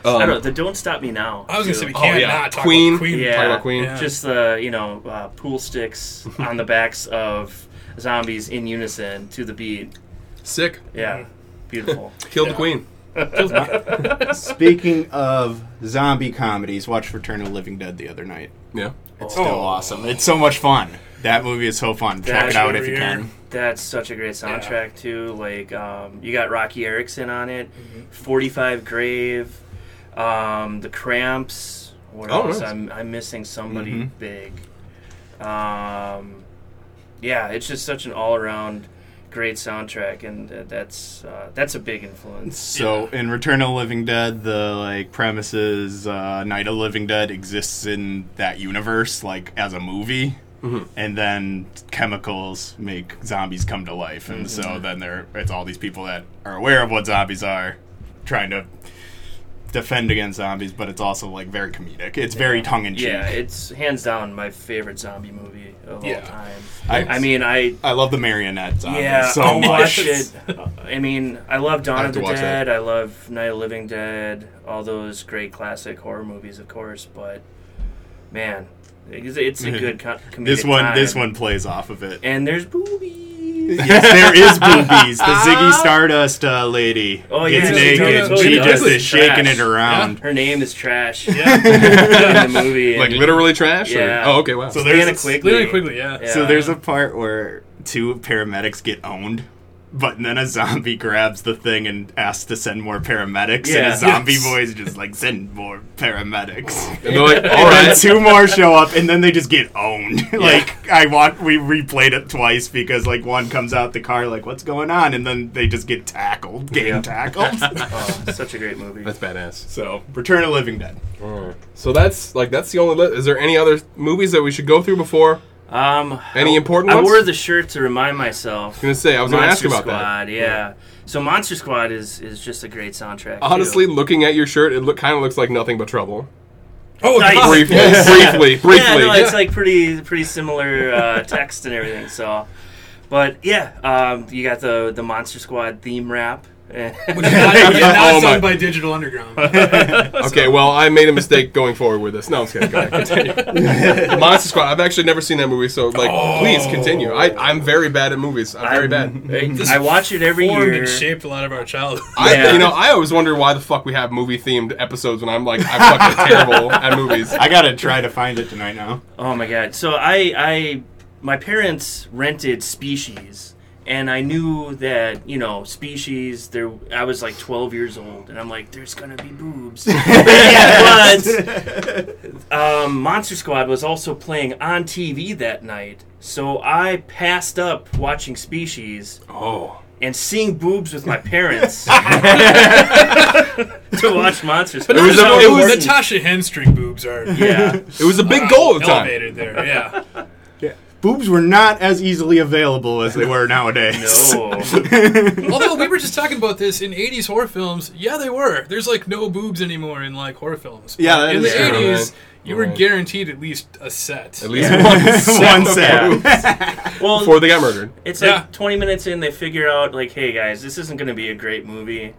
Speaker 1: Um,
Speaker 3: I don't know. The don't stop me now.
Speaker 4: I was gonna say we
Speaker 3: too.
Speaker 1: Oh,
Speaker 4: can't
Speaker 1: yeah.
Speaker 4: not talk
Speaker 1: Queen.
Speaker 4: about Queen.
Speaker 1: Talking
Speaker 3: Yeah.
Speaker 1: about Queen.
Speaker 4: Yeah.
Speaker 3: Just the you know uh, pool
Speaker 4: (laughs)
Speaker 3: sticks on the backs of zombies in unison to the beat.
Speaker 1: Sick.
Speaker 3: Yeah, beautiful.
Speaker 1: Kill the queen.
Speaker 2: Speaking of zombie comedies, watch Return of the Living Dead the other night.
Speaker 1: Yeah.
Speaker 2: It's still awesome. It's so much fun. That movie is so fun. Check
Speaker 3: That's
Speaker 2: it out if
Speaker 4: every
Speaker 2: you
Speaker 4: year.
Speaker 2: can.
Speaker 3: That's such a great soundtrack too. Like um, you got Rocky Erickson on it,
Speaker 1: Mm-hmm.
Speaker 3: Forty Five Grave, um, the Cramps. What
Speaker 1: Oh,
Speaker 3: else?
Speaker 1: nice. Mm-hmm.
Speaker 3: I'm I'm missing somebody big. Um, yeah, it's just such an all around great soundtrack, and uh, that's uh, that's a big influence.
Speaker 2: So in Return of the Living Dead, the like premises uh, Night of the Living Dead exists in that universe, like as a movie.
Speaker 3: Mm-hmm.
Speaker 2: And then chemicals make zombies come to life, and
Speaker 3: Mm-hmm.
Speaker 2: so then there it's all these people that are aware of what zombies are, trying to defend against zombies, but it's also like very comedic. It's very tongue in cheek.
Speaker 3: Yeah, it's hands down my favorite zombie movie of
Speaker 4: Yeah.
Speaker 3: all time.
Speaker 2: I-
Speaker 3: I, mean, I
Speaker 2: I love the marionette zombies
Speaker 3: yeah, Oh
Speaker 2: so
Speaker 3: I'll
Speaker 2: much.
Speaker 3: watch it. (laughs) I mean, I love
Speaker 1: I
Speaker 3: Dawn
Speaker 1: have
Speaker 3: of
Speaker 1: to
Speaker 3: the
Speaker 1: watch that.
Speaker 3: Dead. I love Night of the Living Dead. All those great classic horror movies, of course. But man, it's, it's a
Speaker 1: (laughs)
Speaker 3: good co- comedic
Speaker 2: This one, this
Speaker 3: time.
Speaker 2: one plays off of it.
Speaker 3: and there's boobies.
Speaker 2: yes, there is boobies. The Ziggy Stardust uh, lady
Speaker 3: Oh,
Speaker 2: gets
Speaker 3: yeah, she
Speaker 2: naked.
Speaker 3: totally
Speaker 2: she
Speaker 3: does.
Speaker 2: just
Speaker 3: Totally
Speaker 2: is shaking
Speaker 3: trash.
Speaker 2: it around.
Speaker 3: Her name is Trash (laughs)
Speaker 4: Yeah.
Speaker 1: (laughs)
Speaker 3: in the movie.
Speaker 1: Like
Speaker 3: and-
Speaker 1: literally trash. or-
Speaker 3: Yeah.
Speaker 1: Oh, okay. Wow.
Speaker 2: So
Speaker 3: Anna
Speaker 2: there's
Speaker 3: Quigley.
Speaker 4: Literally quickly, yeah.
Speaker 3: Yeah.
Speaker 2: so there's a part where two paramedics get owned. But then a zombie (laughs) grabs the thing and asks to send more paramedics, and
Speaker 3: Yeah.
Speaker 2: a zombie
Speaker 4: Yes.
Speaker 2: voice is just like, send more
Speaker 3: (laughs)
Speaker 2: paramedics.
Speaker 1: and they're like, all
Speaker 2: And then
Speaker 1: right.
Speaker 2: two more show up, and then they just get owned. (laughs) like I want, we replayed it twice because like one comes out the car, like what's going on, and then they just get tackled, game
Speaker 3: Yeah.
Speaker 2: tackled. (laughs)
Speaker 3: (laughs) oh, such a great movie.
Speaker 1: That's badass.
Speaker 2: so Return of the Living Dead.
Speaker 1: So that's like that's the only. Li- is there any other movies that we should go through before?
Speaker 3: Um,
Speaker 1: Any
Speaker 3: I-
Speaker 1: important
Speaker 3: I
Speaker 1: ones?
Speaker 3: wore the shirt to remind myself.
Speaker 1: I was gonna say I was gonna ask
Speaker 3: Monster
Speaker 1: about that.
Speaker 3: Squad, yeah. So Monster Squad is is just a great soundtrack.
Speaker 1: Honestly,
Speaker 3: too.
Speaker 1: looking at your shirt, it look, kind of looks like nothing but
Speaker 3: (laughs)
Speaker 1: trouble.
Speaker 4: Oh,
Speaker 3: Nice.
Speaker 4: God.
Speaker 1: Briefly, briefly, briefly.
Speaker 3: yeah, no, it's like pretty pretty similar uh, (laughs) text and everything. So, but yeah, um, you got the the Monster Squad theme rap. (laughs)
Speaker 4: Which is (laughs) not, yeah, not
Speaker 1: (laughs) Oh, my.
Speaker 4: sung by Digital Underground. (laughs)
Speaker 1: Okay, well, I made a mistake going forward with this. No, I'm just kidding. Go ahead, continue. Monster Squad. I've actually never seen that movie, so like,
Speaker 4: Oh.
Speaker 1: please continue. I, I'm very bad at movies. I'm very
Speaker 4: (laughs)
Speaker 1: bad.
Speaker 3: I watch it every
Speaker 4: Formed
Speaker 3: year.
Speaker 4: and shaped a lot of our childhood.
Speaker 1: I,
Speaker 3: Yeah.
Speaker 1: you know, I always wonder why the fuck we have movie themed episodes when I'm like, I'm
Speaker 4: (laughs)
Speaker 1: fucking terrible at movies.
Speaker 2: I gotta try to find it tonight now.
Speaker 3: Oh my god! So I, I, my parents rented Species, and I knew that you know Species. There, I was like 12 years old, and I'm like, there's gonna be boobs. But um, Monster Squad was also playing on TV that night, so I passed up watching Species
Speaker 1: Oh,
Speaker 3: and seeing boobs with my parents (laughs) to watch Monster Squad.
Speaker 1: It was a- it was-
Speaker 4: Natasha Henstring
Speaker 1: (laughs)
Speaker 4: boobs are
Speaker 3: yeah.
Speaker 1: it was a big goal at the time.
Speaker 4: elevated there. Yeah.
Speaker 2: Boobs were not as easily available as they were (laughs) nowadays.
Speaker 3: No.
Speaker 4: Although we were just talking about this in '80s horror films, yeah, they were. There's like no boobs anymore in like horror films.
Speaker 2: Yeah, that
Speaker 4: in
Speaker 2: is
Speaker 4: the
Speaker 2: true,
Speaker 4: '80s,
Speaker 1: right.
Speaker 4: you were
Speaker 1: Right.
Speaker 4: guaranteed at least a set.
Speaker 1: At least
Speaker 4: (laughs)
Speaker 1: one set,
Speaker 2: One set.
Speaker 1: of boobs
Speaker 3: Well,
Speaker 1: before they got murdered.
Speaker 3: It's
Speaker 4: Yeah.
Speaker 3: like 20 minutes in, they figure out, like, hey guys, this isn't going to be a great movie.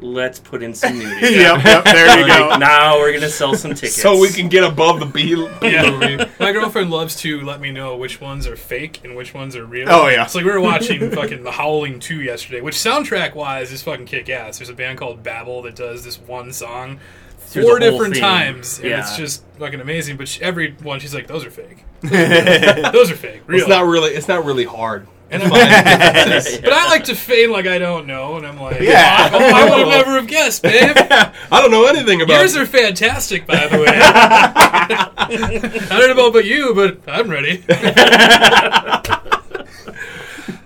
Speaker 3: Let's put in
Speaker 1: (laughs)
Speaker 3: some nudity.
Speaker 2: (laughs) yep, yep, there you go.
Speaker 3: Like, now we're going to sell some tickets.
Speaker 1: So we can get above
Speaker 2: (laughs)
Speaker 1: the B.
Speaker 4: Yeah, my girlfriend loves to let me know which ones are fake and which ones are real.
Speaker 2: Oh, yeah.
Speaker 4: it's like we were watching fucking The Howling Two yesterday, which soundtrack wise is fucking kick ass. There's a band called Babel that does this one song
Speaker 3: Through
Speaker 4: four
Speaker 3: the whole
Speaker 4: different
Speaker 3: thing.
Speaker 4: times, and
Speaker 3: Yeah.
Speaker 4: it's just fucking amazing. But she, every one, she's like, "Those are fake. Those are fake. Real."
Speaker 1: It's not really. It's not really hard.
Speaker 4: and I'm like, but I like to feign like I don't know, and I'm like,
Speaker 2: Yeah.
Speaker 4: yeah, oh, I would have never have guessed, babe.
Speaker 1: I don't know anything about.
Speaker 4: Yours are fantastic, by the way. (laughs) I don't know about you, but I'm ready.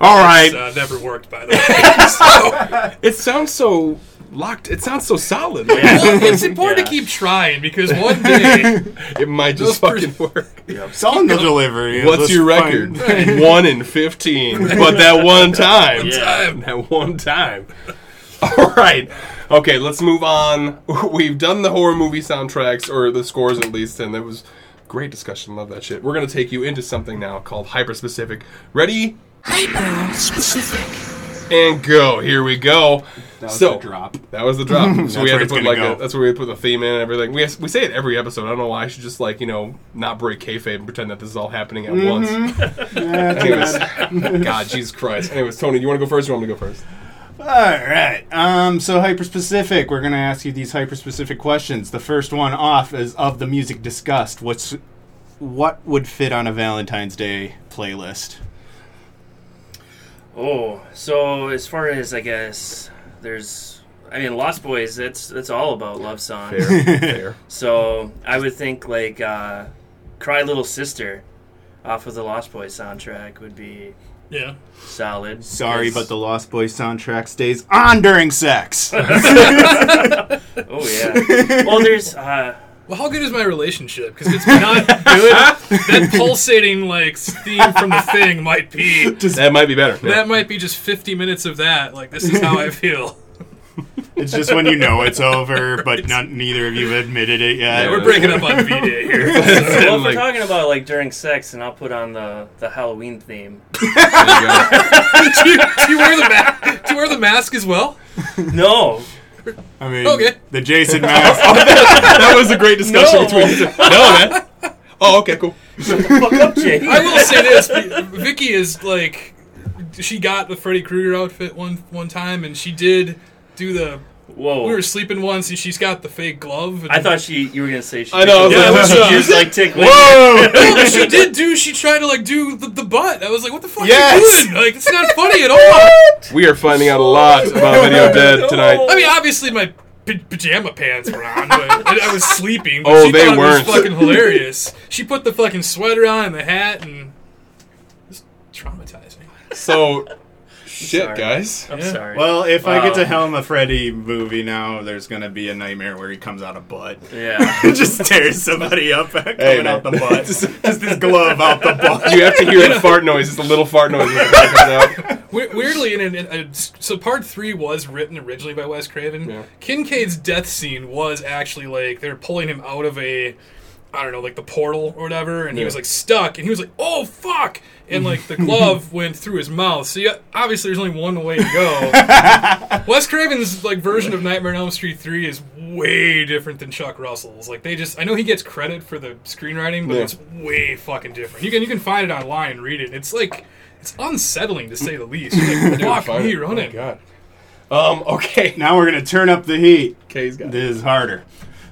Speaker 2: All right.
Speaker 4: uh, never worked, by the way.
Speaker 1: it sounds so locked. It sounds so
Speaker 4: (laughs)
Speaker 1: solid.
Speaker 4: Well, it's important to
Speaker 3: Yeah.
Speaker 4: keep trying because one day,
Speaker 1: It might just
Speaker 4: Those
Speaker 1: fucking work.
Speaker 2: Selling the delivery.
Speaker 1: (laughs)
Speaker 2: is
Speaker 1: What's
Speaker 2: just
Speaker 1: your
Speaker 2: fun.
Speaker 1: record? (laughs) one in fifteen. But that (laughs) one time.
Speaker 3: Yeah.
Speaker 1: Time. (laughs) That one time. (laughs) All right. Okay, let's move on. (laughs) We've done the horror movie soundtracks or the scores at least, and it was great discussion. Love that shit. We're gonna take you into something now called hyper specific. Ready? Hyper specific. And go. Here we go.
Speaker 2: That was
Speaker 1: so
Speaker 2: the drop.
Speaker 1: That was the
Speaker 2: (laughs)
Speaker 1: drop. so
Speaker 2: That's
Speaker 1: we
Speaker 2: where
Speaker 1: had to
Speaker 2: it's
Speaker 1: put
Speaker 2: gonna
Speaker 1: like
Speaker 2: go.
Speaker 1: a, that's where we put the theme in and everything. We we say it every episode. I don't know why I should just like you know not break kayfabe and pretend that this is all happening at once. Anyways, God, Jesus Christ. Anyways, Tony, do you want to go first? or You want me to go first?
Speaker 2: All right. Um, so hyperspecific. We're gonna ask you these hyperspecific questions. The first one off is of the music discussed. What's what would fit on a Valentine's Day playlist?
Speaker 3: Oh, so as far as I guess, there's. I mean, Lost Boys, that's, that's all about love
Speaker 1: (laughs)
Speaker 3: songs.
Speaker 1: Fair, fair.
Speaker 3: So I would think, like, uh, Cry Little Sister off of the Lost Boys soundtrack would be
Speaker 4: yeah,
Speaker 3: solid.
Speaker 2: Sorry,
Speaker 3: It's-
Speaker 2: but the Lost Boys soundtrack stays on during sex.
Speaker 3: Oh, yeah. well,
Speaker 1: (laughs)
Speaker 3: there's. Uh,
Speaker 4: well, how good is my relationship? Because it's not good. that pulsating like theme from the thing might be.
Speaker 1: (laughs) That might be better. Yeah.
Speaker 4: That might be just 50 minutes of that. Like this is how I feel.
Speaker 2: It's just when you know it's over, but not, neither of you have admitted it yet.
Speaker 4: We're breaking up on
Speaker 3: (laughs)
Speaker 4: V Day here.
Speaker 3: well, if
Speaker 1: Like-
Speaker 3: we're talking about like during sex, and I'll put on the, the Halloween theme.
Speaker 1: There you go.
Speaker 4: do, you, do you wear the mask? Do you wear the mask as well?
Speaker 3: No,
Speaker 2: I mean,
Speaker 4: Okay.
Speaker 2: the Jason mask.
Speaker 1: that was a great discussion
Speaker 3: No.
Speaker 1: between you two. No, man. Oh, okay, cool.
Speaker 3: fuck up, Jake.
Speaker 4: (laughs) I will say this: Vicky is like, she got the Freddy Krueger outfit one one time, and she did do the.
Speaker 3: Whoa,
Speaker 4: We were sleeping once, and she's got the fake glove. And
Speaker 3: I thought she you were gonna say she.
Speaker 1: I know, I was
Speaker 3: Yeah,
Speaker 1: like, (laughs)
Speaker 3: she
Speaker 1: what's
Speaker 3: used
Speaker 1: up?
Speaker 3: like tickling.
Speaker 2: Whoa!
Speaker 1: (laughs)
Speaker 4: No, but she did do. She tried to like do the, the butt. I was like, "What the fuck
Speaker 2: Yes.
Speaker 4: are you doing? Like, it's not funny at all."
Speaker 1: We are finding out a lot about Video Dead tonight.
Speaker 4: I mean, obviously my p- pajama pants were on, but I, I was sleeping. But
Speaker 1: Oh,
Speaker 4: she
Speaker 1: they
Speaker 4: thought
Speaker 1: weren't.
Speaker 4: It was fucking hilarious. She put the fucking sweater on and the hat, and it's traumatizing.
Speaker 1: So, shit,
Speaker 3: Sorry.
Speaker 1: guys.
Speaker 3: I'm
Speaker 4: Yeah.
Speaker 3: sorry.
Speaker 2: Well, if I get
Speaker 3: Wow.
Speaker 2: to helm a Freddy movie now, there's gonna be a nightmare where he comes out of butt. (laughs)
Speaker 1: (laughs)
Speaker 3: yeah.
Speaker 2: just tears somebody up (laughs) coming
Speaker 1: Hey, man.
Speaker 2: out the butt. just, just his glove out the butt.
Speaker 1: You have to hear (laughs) a fart noise. It's a little fart noise. When it comes out.
Speaker 4: We- Weirdly, in, in, in, uh, so part three was written originally by Wes Craven.
Speaker 1: Yeah.
Speaker 4: Kincaid's death scene was actually like they're pulling him out of a, I don't know, like the portal or whatever, and he
Speaker 1: Yeah.
Speaker 4: was like stuck, and he was like, "Oh fuck!" And like
Speaker 1: (laughs)
Speaker 4: the glove went through his mouth. So yeah, obviously there's only one way to
Speaker 1: (laughs)
Speaker 4: go. Wes Craven's like version of Nightmare on Elm Street three is way different than Chuck Russell's. Like they just, I know he gets credit for the screenwriting, but
Speaker 1: Yeah.
Speaker 4: it's way fucking different. You can you can find it online and read it. It's like it's unsettling to say the
Speaker 1: (laughs)
Speaker 4: least. You're like, Fuck
Speaker 1: Fine.
Speaker 4: me, run
Speaker 1: Oh,
Speaker 4: it.
Speaker 1: God. Um, okay. (laughs)
Speaker 2: Now we're gonna turn up the heat.
Speaker 1: Okay, he's got
Speaker 2: This is harder.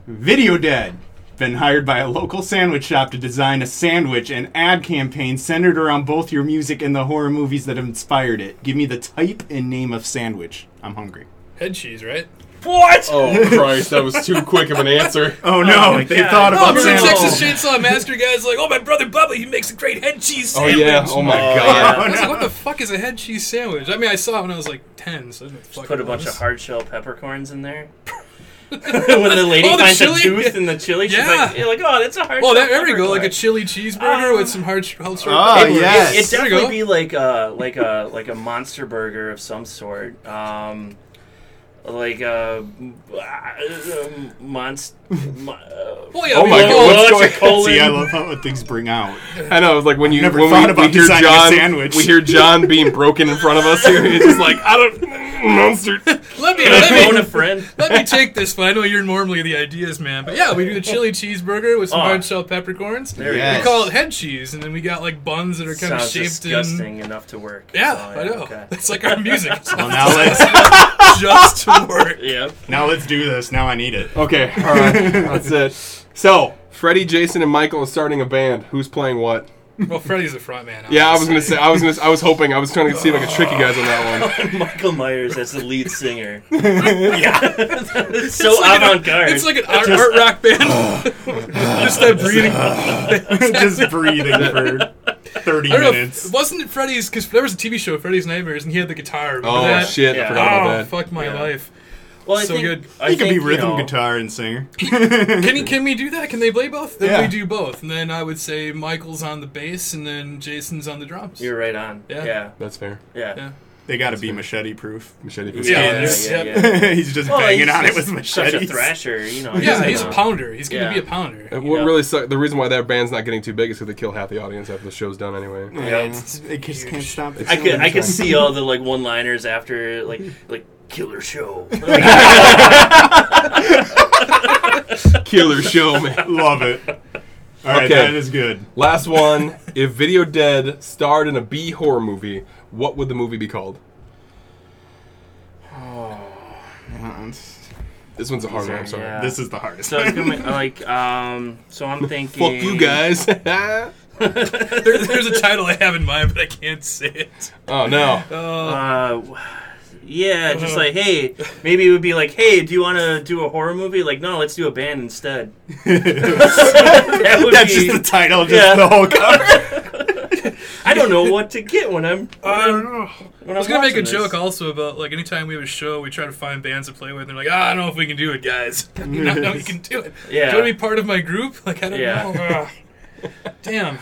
Speaker 2: Video Dead. Been hired by a local sandwich shop to design a sandwich and ad campaign centered around both your music and the horror movies that have inspired it. Give me the type and name of sandwich. I'm hungry.
Speaker 4: Head cheese, right?
Speaker 3: what?
Speaker 1: Oh, Christ. That was too quick of an answer.
Speaker 2: Oh no,
Speaker 3: my
Speaker 2: they
Speaker 3: God.
Speaker 2: thought
Speaker 3: No,
Speaker 4: Oh,
Speaker 2: about
Speaker 4: remember
Speaker 3: Sam-
Speaker 4: the
Speaker 2: sandwich.
Speaker 4: Texas Chainsaw Master guy's like, oh, my brother Bubba, he makes a great head cheese
Speaker 1: Oh,
Speaker 4: sandwich.
Speaker 1: yeah. Oh, my
Speaker 3: Oh,
Speaker 1: God.
Speaker 4: I was
Speaker 2: yeah.
Speaker 4: like, what the fuck is a head cheese sandwich? I mean, I saw it when I was like 10, so I didn't fucking
Speaker 3: Put a bunch
Speaker 4: notice.
Speaker 3: of hard shell peppercorns in
Speaker 4: (laughs)
Speaker 3: there. when the lady
Speaker 4: Oh, the
Speaker 3: finds
Speaker 4: chili?
Speaker 3: a tooth in the chili, she's
Speaker 4: Yeah.
Speaker 3: like, you're like, oh, that's a hard.
Speaker 4: Oh,
Speaker 3: shell
Speaker 4: there, there we go.
Speaker 3: peppercorn."
Speaker 4: Like a chili cheeseburger
Speaker 3: Um,
Speaker 4: with some hard hard short
Speaker 2: Oh,
Speaker 4: pepper.
Speaker 2: yes.
Speaker 3: It'd
Speaker 4: There we
Speaker 3: definitely be
Speaker 4: go.
Speaker 3: like a like a like a monster burger of some sort. Um, like a uh, um,
Speaker 4: (laughs)
Speaker 3: monster.
Speaker 4: Well, yeah,
Speaker 1: Oh
Speaker 4: we-
Speaker 1: my
Speaker 4: oh,
Speaker 1: God, what's
Speaker 4: it's
Speaker 1: going-
Speaker 4: a colon.
Speaker 2: See, I love how things bring out.
Speaker 1: I know. It was like when you
Speaker 2: Never
Speaker 1: when
Speaker 2: thought
Speaker 1: we,
Speaker 2: about
Speaker 1: we hear
Speaker 2: designing a
Speaker 1: John,
Speaker 2: sandwich.
Speaker 1: we hear John being broken in front of us here.
Speaker 3: (laughs)
Speaker 1: It's just like I don't monster.
Speaker 4: Let me, let
Speaker 3: Phone
Speaker 4: (laughs) me,
Speaker 3: a friend.
Speaker 4: let me take this one. I know you're normally the ideas man, but yeah, we do the chili cheeseburger with some
Speaker 3: Oh.
Speaker 4: hard shell peppercorns.
Speaker 3: There we
Speaker 2: Yes.
Speaker 4: We call it head cheese, and then we got like buns that are
Speaker 3: go.
Speaker 4: kind of
Speaker 3: Sounds
Speaker 4: shaped in.
Speaker 3: disgusting enough to work.
Speaker 4: Yeah,
Speaker 3: So,
Speaker 4: I know.
Speaker 3: Okay.
Speaker 4: It's like our
Speaker 3: (laughs)
Speaker 4: music. It's
Speaker 2: Well, now let's
Speaker 4: just to work.
Speaker 3: Yep.
Speaker 2: now let's do this. Now I need it.
Speaker 1: Okay, all right, that's it. So Freddie, Jason, and Michael is starting a band. Who's playing what?
Speaker 4: Well, Freddy's the front man.
Speaker 1: Yeah, I was gonna say. I was gonna. I was hoping. I was trying to see if I could trick you guys on that
Speaker 3: (laughs)
Speaker 1: one.
Speaker 4: (laughs)
Speaker 3: Michael Myers as the lead singer. (laughs) yeah. so avant garde.
Speaker 4: It's like an art, art rock band.
Speaker 3: (laughs)
Speaker 4: (laughs) just that breathing.
Speaker 2: (laughs) Just breathing for thirty
Speaker 4: I don't know.
Speaker 2: minutes.
Speaker 4: Wasn't it Freddy's? Because there was a TV show, Freddy's Nightmares, and he had the guitar. Remember
Speaker 1: Oh
Speaker 4: that?
Speaker 1: shit! I
Speaker 3: Yeah.
Speaker 1: forgot about
Speaker 4: Oh
Speaker 1: that.
Speaker 4: fuck my
Speaker 3: Yeah.
Speaker 4: life!
Speaker 3: well, I
Speaker 4: so
Speaker 3: think,
Speaker 4: good.
Speaker 3: I
Speaker 2: He could be
Speaker 3: think, you
Speaker 2: rhythm
Speaker 3: know,
Speaker 2: guitar and singer.
Speaker 4: Can he, can we do that? Can they play both? Then
Speaker 2: Yeah.
Speaker 4: we do both, and then I would say Michael's on the bass, and then Jason's on the drums.
Speaker 3: You're right on.
Speaker 4: Yeah.
Speaker 3: Yeah. Yeah.
Speaker 1: That's fair.
Speaker 4: yeah,
Speaker 2: They got to be machete proof.
Speaker 1: Machete.
Speaker 3: Yeah,
Speaker 1: for
Speaker 4: Yeah,
Speaker 3: yeah,
Speaker 4: it's-
Speaker 3: yeah,
Speaker 4: yep. (laughs)
Speaker 2: (laughs)
Speaker 3: yeah.
Speaker 2: he's just
Speaker 3: Well,
Speaker 2: banging
Speaker 3: he's
Speaker 2: on it
Speaker 3: just
Speaker 2: with
Speaker 3: such a
Speaker 2: machetes.
Speaker 3: thrasher, you know.
Speaker 4: yeah.
Speaker 3: he's
Speaker 4: He's a
Speaker 3: gonna-
Speaker 4: pounder. He's gonna
Speaker 3: Yeah.
Speaker 4: be a pounder.
Speaker 3: (laughs)
Speaker 1: Uh, What
Speaker 3: Yeah.
Speaker 1: really suck, the reason why that band's not getting too big is because they kill half the audience after the show's done anyway.
Speaker 3: Yeah, it's-
Speaker 2: It just can't stop.
Speaker 3: I could I could see all the like one liners after like like killer (laughs) show.
Speaker 1: Killer show, man.
Speaker 2: (laughs) Love it. All right,
Speaker 1: Okay.
Speaker 2: that is good.
Speaker 1: Last one. If Video Dead starred in a B horror movie, what would the movie be called? This one's a hard one. I'm sorry.
Speaker 3: Yeah.
Speaker 2: This is the hardest.
Speaker 3: so it's gonna be, like um so I'm thinking
Speaker 1: Fuck you guys. (laughs)
Speaker 4: There, there's a title I have in mind, but I can't say it.
Speaker 1: oh no.
Speaker 3: Uh, yeah,
Speaker 4: (laughs)
Speaker 3: just like hey, maybe it would be like hey, do you want to do a horror movie? Like no, let's do a band instead. that would
Speaker 2: That's
Speaker 3: be,
Speaker 2: just the title, just
Speaker 3: Yeah.
Speaker 2: the
Speaker 3: (laughs)
Speaker 2: whole cover.
Speaker 3: I don't know what to get when I'm. I
Speaker 4: don't
Speaker 3: know. When
Speaker 4: I was gonna make a joke also about like anytime we have a show, we try to find bands to play with. and They're like, ah, I don't know if we can do it, guys. (laughs) no, no, you can do it.
Speaker 3: Yeah. (laughs)
Speaker 4: Do you want to be part of my group? Like, I don't
Speaker 3: Yeah.
Speaker 4: know. Ugh. Damn.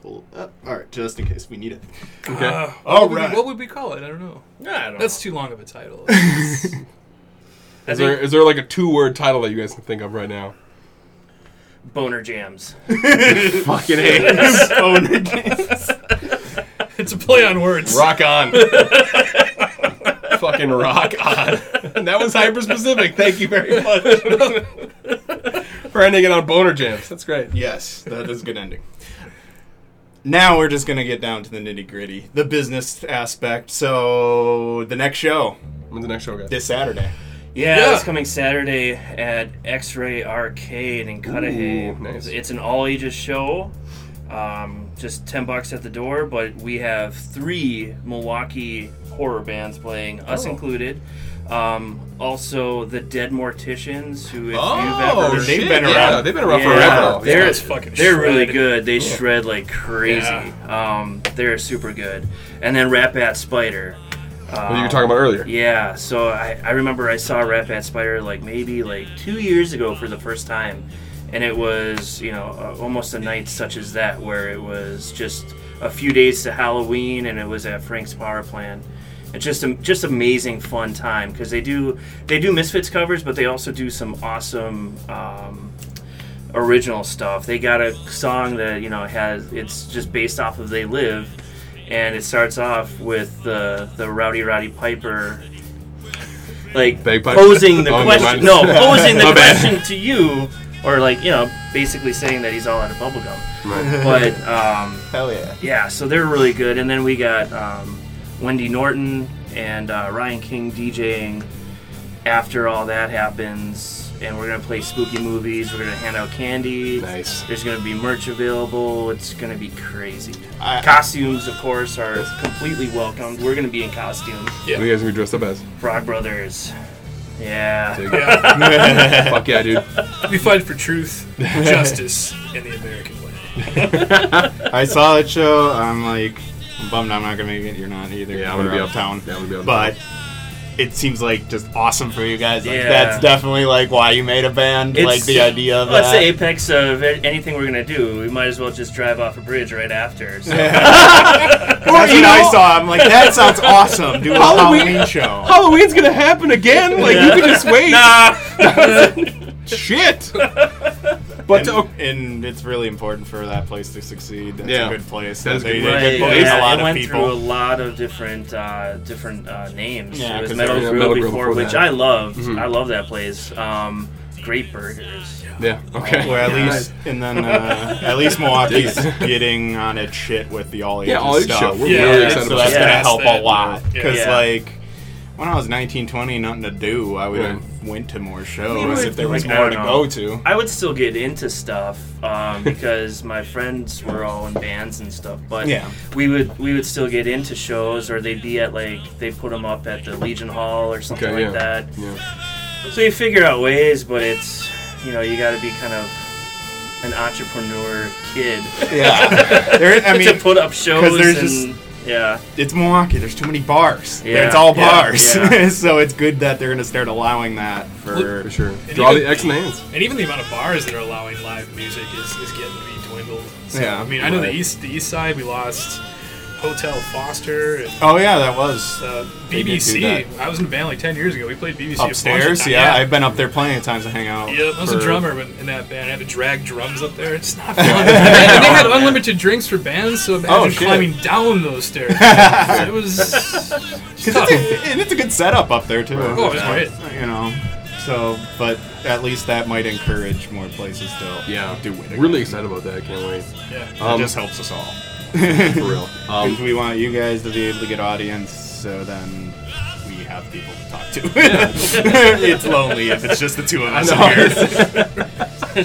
Speaker 2: pull it up. All right, just in case we need it. (laughs)
Speaker 1: Okay.
Speaker 4: Uh,
Speaker 2: All
Speaker 4: what would we-
Speaker 2: right.
Speaker 4: What would we call it? I don't know.
Speaker 3: I don't
Speaker 4: That's
Speaker 3: know.
Speaker 4: too long of a title. (laughs)
Speaker 3: I
Speaker 1: is there
Speaker 3: think
Speaker 1: is there like a two word title that you guys can think of right now?
Speaker 3: boner jams.
Speaker 1: Fucking hate.
Speaker 2: (laughs)
Speaker 4: it's a play on words.
Speaker 1: rock
Speaker 3: (laughs)
Speaker 1: on.
Speaker 2: (laughs)
Speaker 1: Fucking rock (laughs) on. That was hyper specific. Thank you very much (laughs) for ending it on boner jams. That's great.
Speaker 2: Yes, that is a good ending. Now we're just gonna get down to the nitty gritty, the business aspect. So the next show
Speaker 1: When's the next show, guys?
Speaker 2: this Saturday.
Speaker 3: Yeah,
Speaker 4: Yeah.
Speaker 3: it's coming Saturday at X Ray Arcade in Cudahy.
Speaker 1: Ooh, nice.
Speaker 3: It's an all ages show. Um, just ten bucks at the door, but we have three Milwaukee horror bands playing, us included. Um, also, the Dead Morticians, who if you've ever
Speaker 2: shit. been
Speaker 1: Oh, Yeah,
Speaker 2: around.
Speaker 1: they've been around
Speaker 3: yeah,
Speaker 1: forever.
Speaker 3: they're,
Speaker 1: Yeah.
Speaker 4: That's fucking
Speaker 3: they're really
Speaker 4: shred.
Speaker 3: good. They shred like crazy.
Speaker 4: Yeah.
Speaker 3: Um, they're super good. And then Rat Bat Spider.
Speaker 1: What you
Speaker 3: Um,
Speaker 1: were talking about earlier.
Speaker 3: yeah, so I, I remember I saw Rat Bat Spider like maybe like two years ago for the first time, and it was you know uh, almost a night such as that where it was just a few days to Halloween, and it was at Frank's Power Plant. It's just a, just amazing fun time because they do they do Misfits covers, but they also do some awesome. Um, original stuff. They got a song that you know has it's just based off of "They Live," and it starts off with the the Rowdy Roddy Piper, like
Speaker 1: Bagpipe?
Speaker 3: posing the
Speaker 1: Oh, never mind.
Speaker 3: question. No, posing the
Speaker 1: My bad.
Speaker 3: question to you, or like you know, basically saying that he's all out of bubblegum. But um,
Speaker 2: Hell yeah!
Speaker 3: yeah, so they're really good. And then we got um, Wendy Norton and uh, Ryan King DJing after all that happens. And we're going to play spooky movies. We're going to hand out candy.
Speaker 1: Nice.
Speaker 3: There's going to be merch available. It's going to be crazy.
Speaker 2: I-
Speaker 3: Costumes, of course, are completely welcomed. We're going to be in costume.
Speaker 1: What are you guys gonna be dressed up as?
Speaker 3: Frog Brothers. Yeah.
Speaker 4: Yeah.
Speaker 1: Fuck yeah, dude.
Speaker 4: We fight for truth,
Speaker 2: (laughs)
Speaker 4: justice, and the American way.
Speaker 2: I saw that show. I'm like, I'm bummed I'm not gonna make it. You're not either.
Speaker 1: Yeah, I'm gonna
Speaker 2: We're
Speaker 1: be
Speaker 2: out of
Speaker 1: uptown. Yeah, I'm gonna be
Speaker 2: But
Speaker 1: uptown.
Speaker 2: it seems like just awesome for you guys. Like,
Speaker 3: Yeah.
Speaker 2: That's definitely like why you made a band. like the idea of
Speaker 3: well, it's
Speaker 2: that. (laughs)
Speaker 3: the apex of a- anything we're gonna do. We might as well just drive off a bridge right after.
Speaker 2: (laughs)
Speaker 3: So.
Speaker 2: That's what I saw. I'm like, that sounds awesome. Do a
Speaker 1: Halloween-
Speaker 2: Halloween show.
Speaker 1: Halloween's gonna happen (laughs) again. Like you can just wait. Shit. (laughs) But
Speaker 2: and,
Speaker 1: oh,
Speaker 2: and it's really important for that place to succeed. That's
Speaker 1: Yeah.
Speaker 2: a good place.
Speaker 1: That is a
Speaker 2: They-
Speaker 1: good
Speaker 2: they
Speaker 1: place.
Speaker 2: did
Speaker 3: Right,
Speaker 2: place a
Speaker 3: yeah,
Speaker 2: lot
Speaker 3: it
Speaker 2: of
Speaker 3: went through a
Speaker 2: people.
Speaker 3: lot of different uh, different uh, names.
Speaker 2: Yeah,
Speaker 3: it was
Speaker 2: 'cause
Speaker 3: Metal
Speaker 1: there was
Speaker 3: Grill
Speaker 1: a Metal Grill
Speaker 3: before,
Speaker 1: before
Speaker 3: which
Speaker 1: that.
Speaker 3: I loved. I love that place. Um, great burgers.
Speaker 1: yeah. Okay.
Speaker 2: Or at
Speaker 3: Yeah.
Speaker 2: least, and then uh, at least Milwaukee's getting on its shit with the all ages
Speaker 1: Yeah, all age
Speaker 2: stuff.
Speaker 1: show. We're
Speaker 4: Yeah,
Speaker 1: really
Speaker 4: yeah,
Speaker 1: excited
Speaker 2: so
Speaker 1: about
Speaker 2: that's
Speaker 1: that.
Speaker 2: gonna
Speaker 3: Yeah.
Speaker 2: help a lot
Speaker 4: Yeah.
Speaker 2: because
Speaker 3: Yeah.
Speaker 2: like when I was 19, 20, nothing to do, I would
Speaker 1: Yeah.
Speaker 2: have went to more
Speaker 3: We
Speaker 2: shows
Speaker 3: would-
Speaker 2: if there was
Speaker 3: like, I
Speaker 2: more
Speaker 3: don't
Speaker 2: to
Speaker 3: know.
Speaker 2: go to.
Speaker 3: (laughs) I would still get into stuff um, (laughs) because my friends were all in bands and stuff. But
Speaker 2: Yeah.
Speaker 3: we would we would still get into shows, or they'd be at like they put them up at the Legion Hall or something
Speaker 1: Okay,
Speaker 3: like
Speaker 1: yeah.
Speaker 3: that.
Speaker 1: Yeah.
Speaker 3: So you figure out ways, but it's you know you got to be kind of an entrepreneur kid
Speaker 2: Yeah, there, I
Speaker 3: to
Speaker 2: mean,
Speaker 3: put up shows.
Speaker 2: there's
Speaker 3: and, yeah.
Speaker 2: it's Milwaukee. There's too many bars.
Speaker 3: Yeah.
Speaker 2: It's all
Speaker 3: Yeah.
Speaker 2: bars, (laughs)
Speaker 3: Yeah.
Speaker 2: so it's good that they're gonna start allowing that for.
Speaker 1: For sure. Draw
Speaker 4: you-
Speaker 1: the X and hands.
Speaker 4: And even the amount of bars that are allowing live music is, is getting to be dwindled. So,
Speaker 2: Yeah,
Speaker 4: I mean, I know
Speaker 2: right.
Speaker 4: the east the east side we lost Hotel Foster and
Speaker 2: Oh yeah, that was
Speaker 4: uh,
Speaker 2: They did do
Speaker 4: BBC. I was in a band like ten years ago. We played BBC a bunch of
Speaker 2: upstairs.
Speaker 4: times.
Speaker 2: Yeah, I've been up there plenty of times to hang out.
Speaker 4: Yeah, I was a
Speaker 2: for-
Speaker 4: drummer when- in that band. I had to drag drums up there.
Speaker 2: (laughs)
Speaker 4: It's not fun. and they had unlimited drinks for bands, so imagine
Speaker 2: Oh, shit.
Speaker 4: climbing down those
Speaker 2: (laughs)
Speaker 4: stairs. it was.
Speaker 2: 'Cause it's a- and it's a good setup up there too.
Speaker 4: Oh, it was great.
Speaker 2: You know, so but at least that might encourage more places to
Speaker 1: Yeah.
Speaker 2: do it. again.
Speaker 1: Really excited about that. Can't wait.
Speaker 4: Yeah.
Speaker 2: It
Speaker 1: Um,
Speaker 2: just helps us all.
Speaker 1: for (laughs) real. Um,
Speaker 2: 'Cause we want you guys to be able to get audience, so then we have people to talk to.
Speaker 1: (laughs)
Speaker 2: (laughs) it's lonely if it's just the two of us
Speaker 1: (laughs)
Speaker 2: in
Speaker 1: know.
Speaker 2: here.
Speaker 1: (laughs) we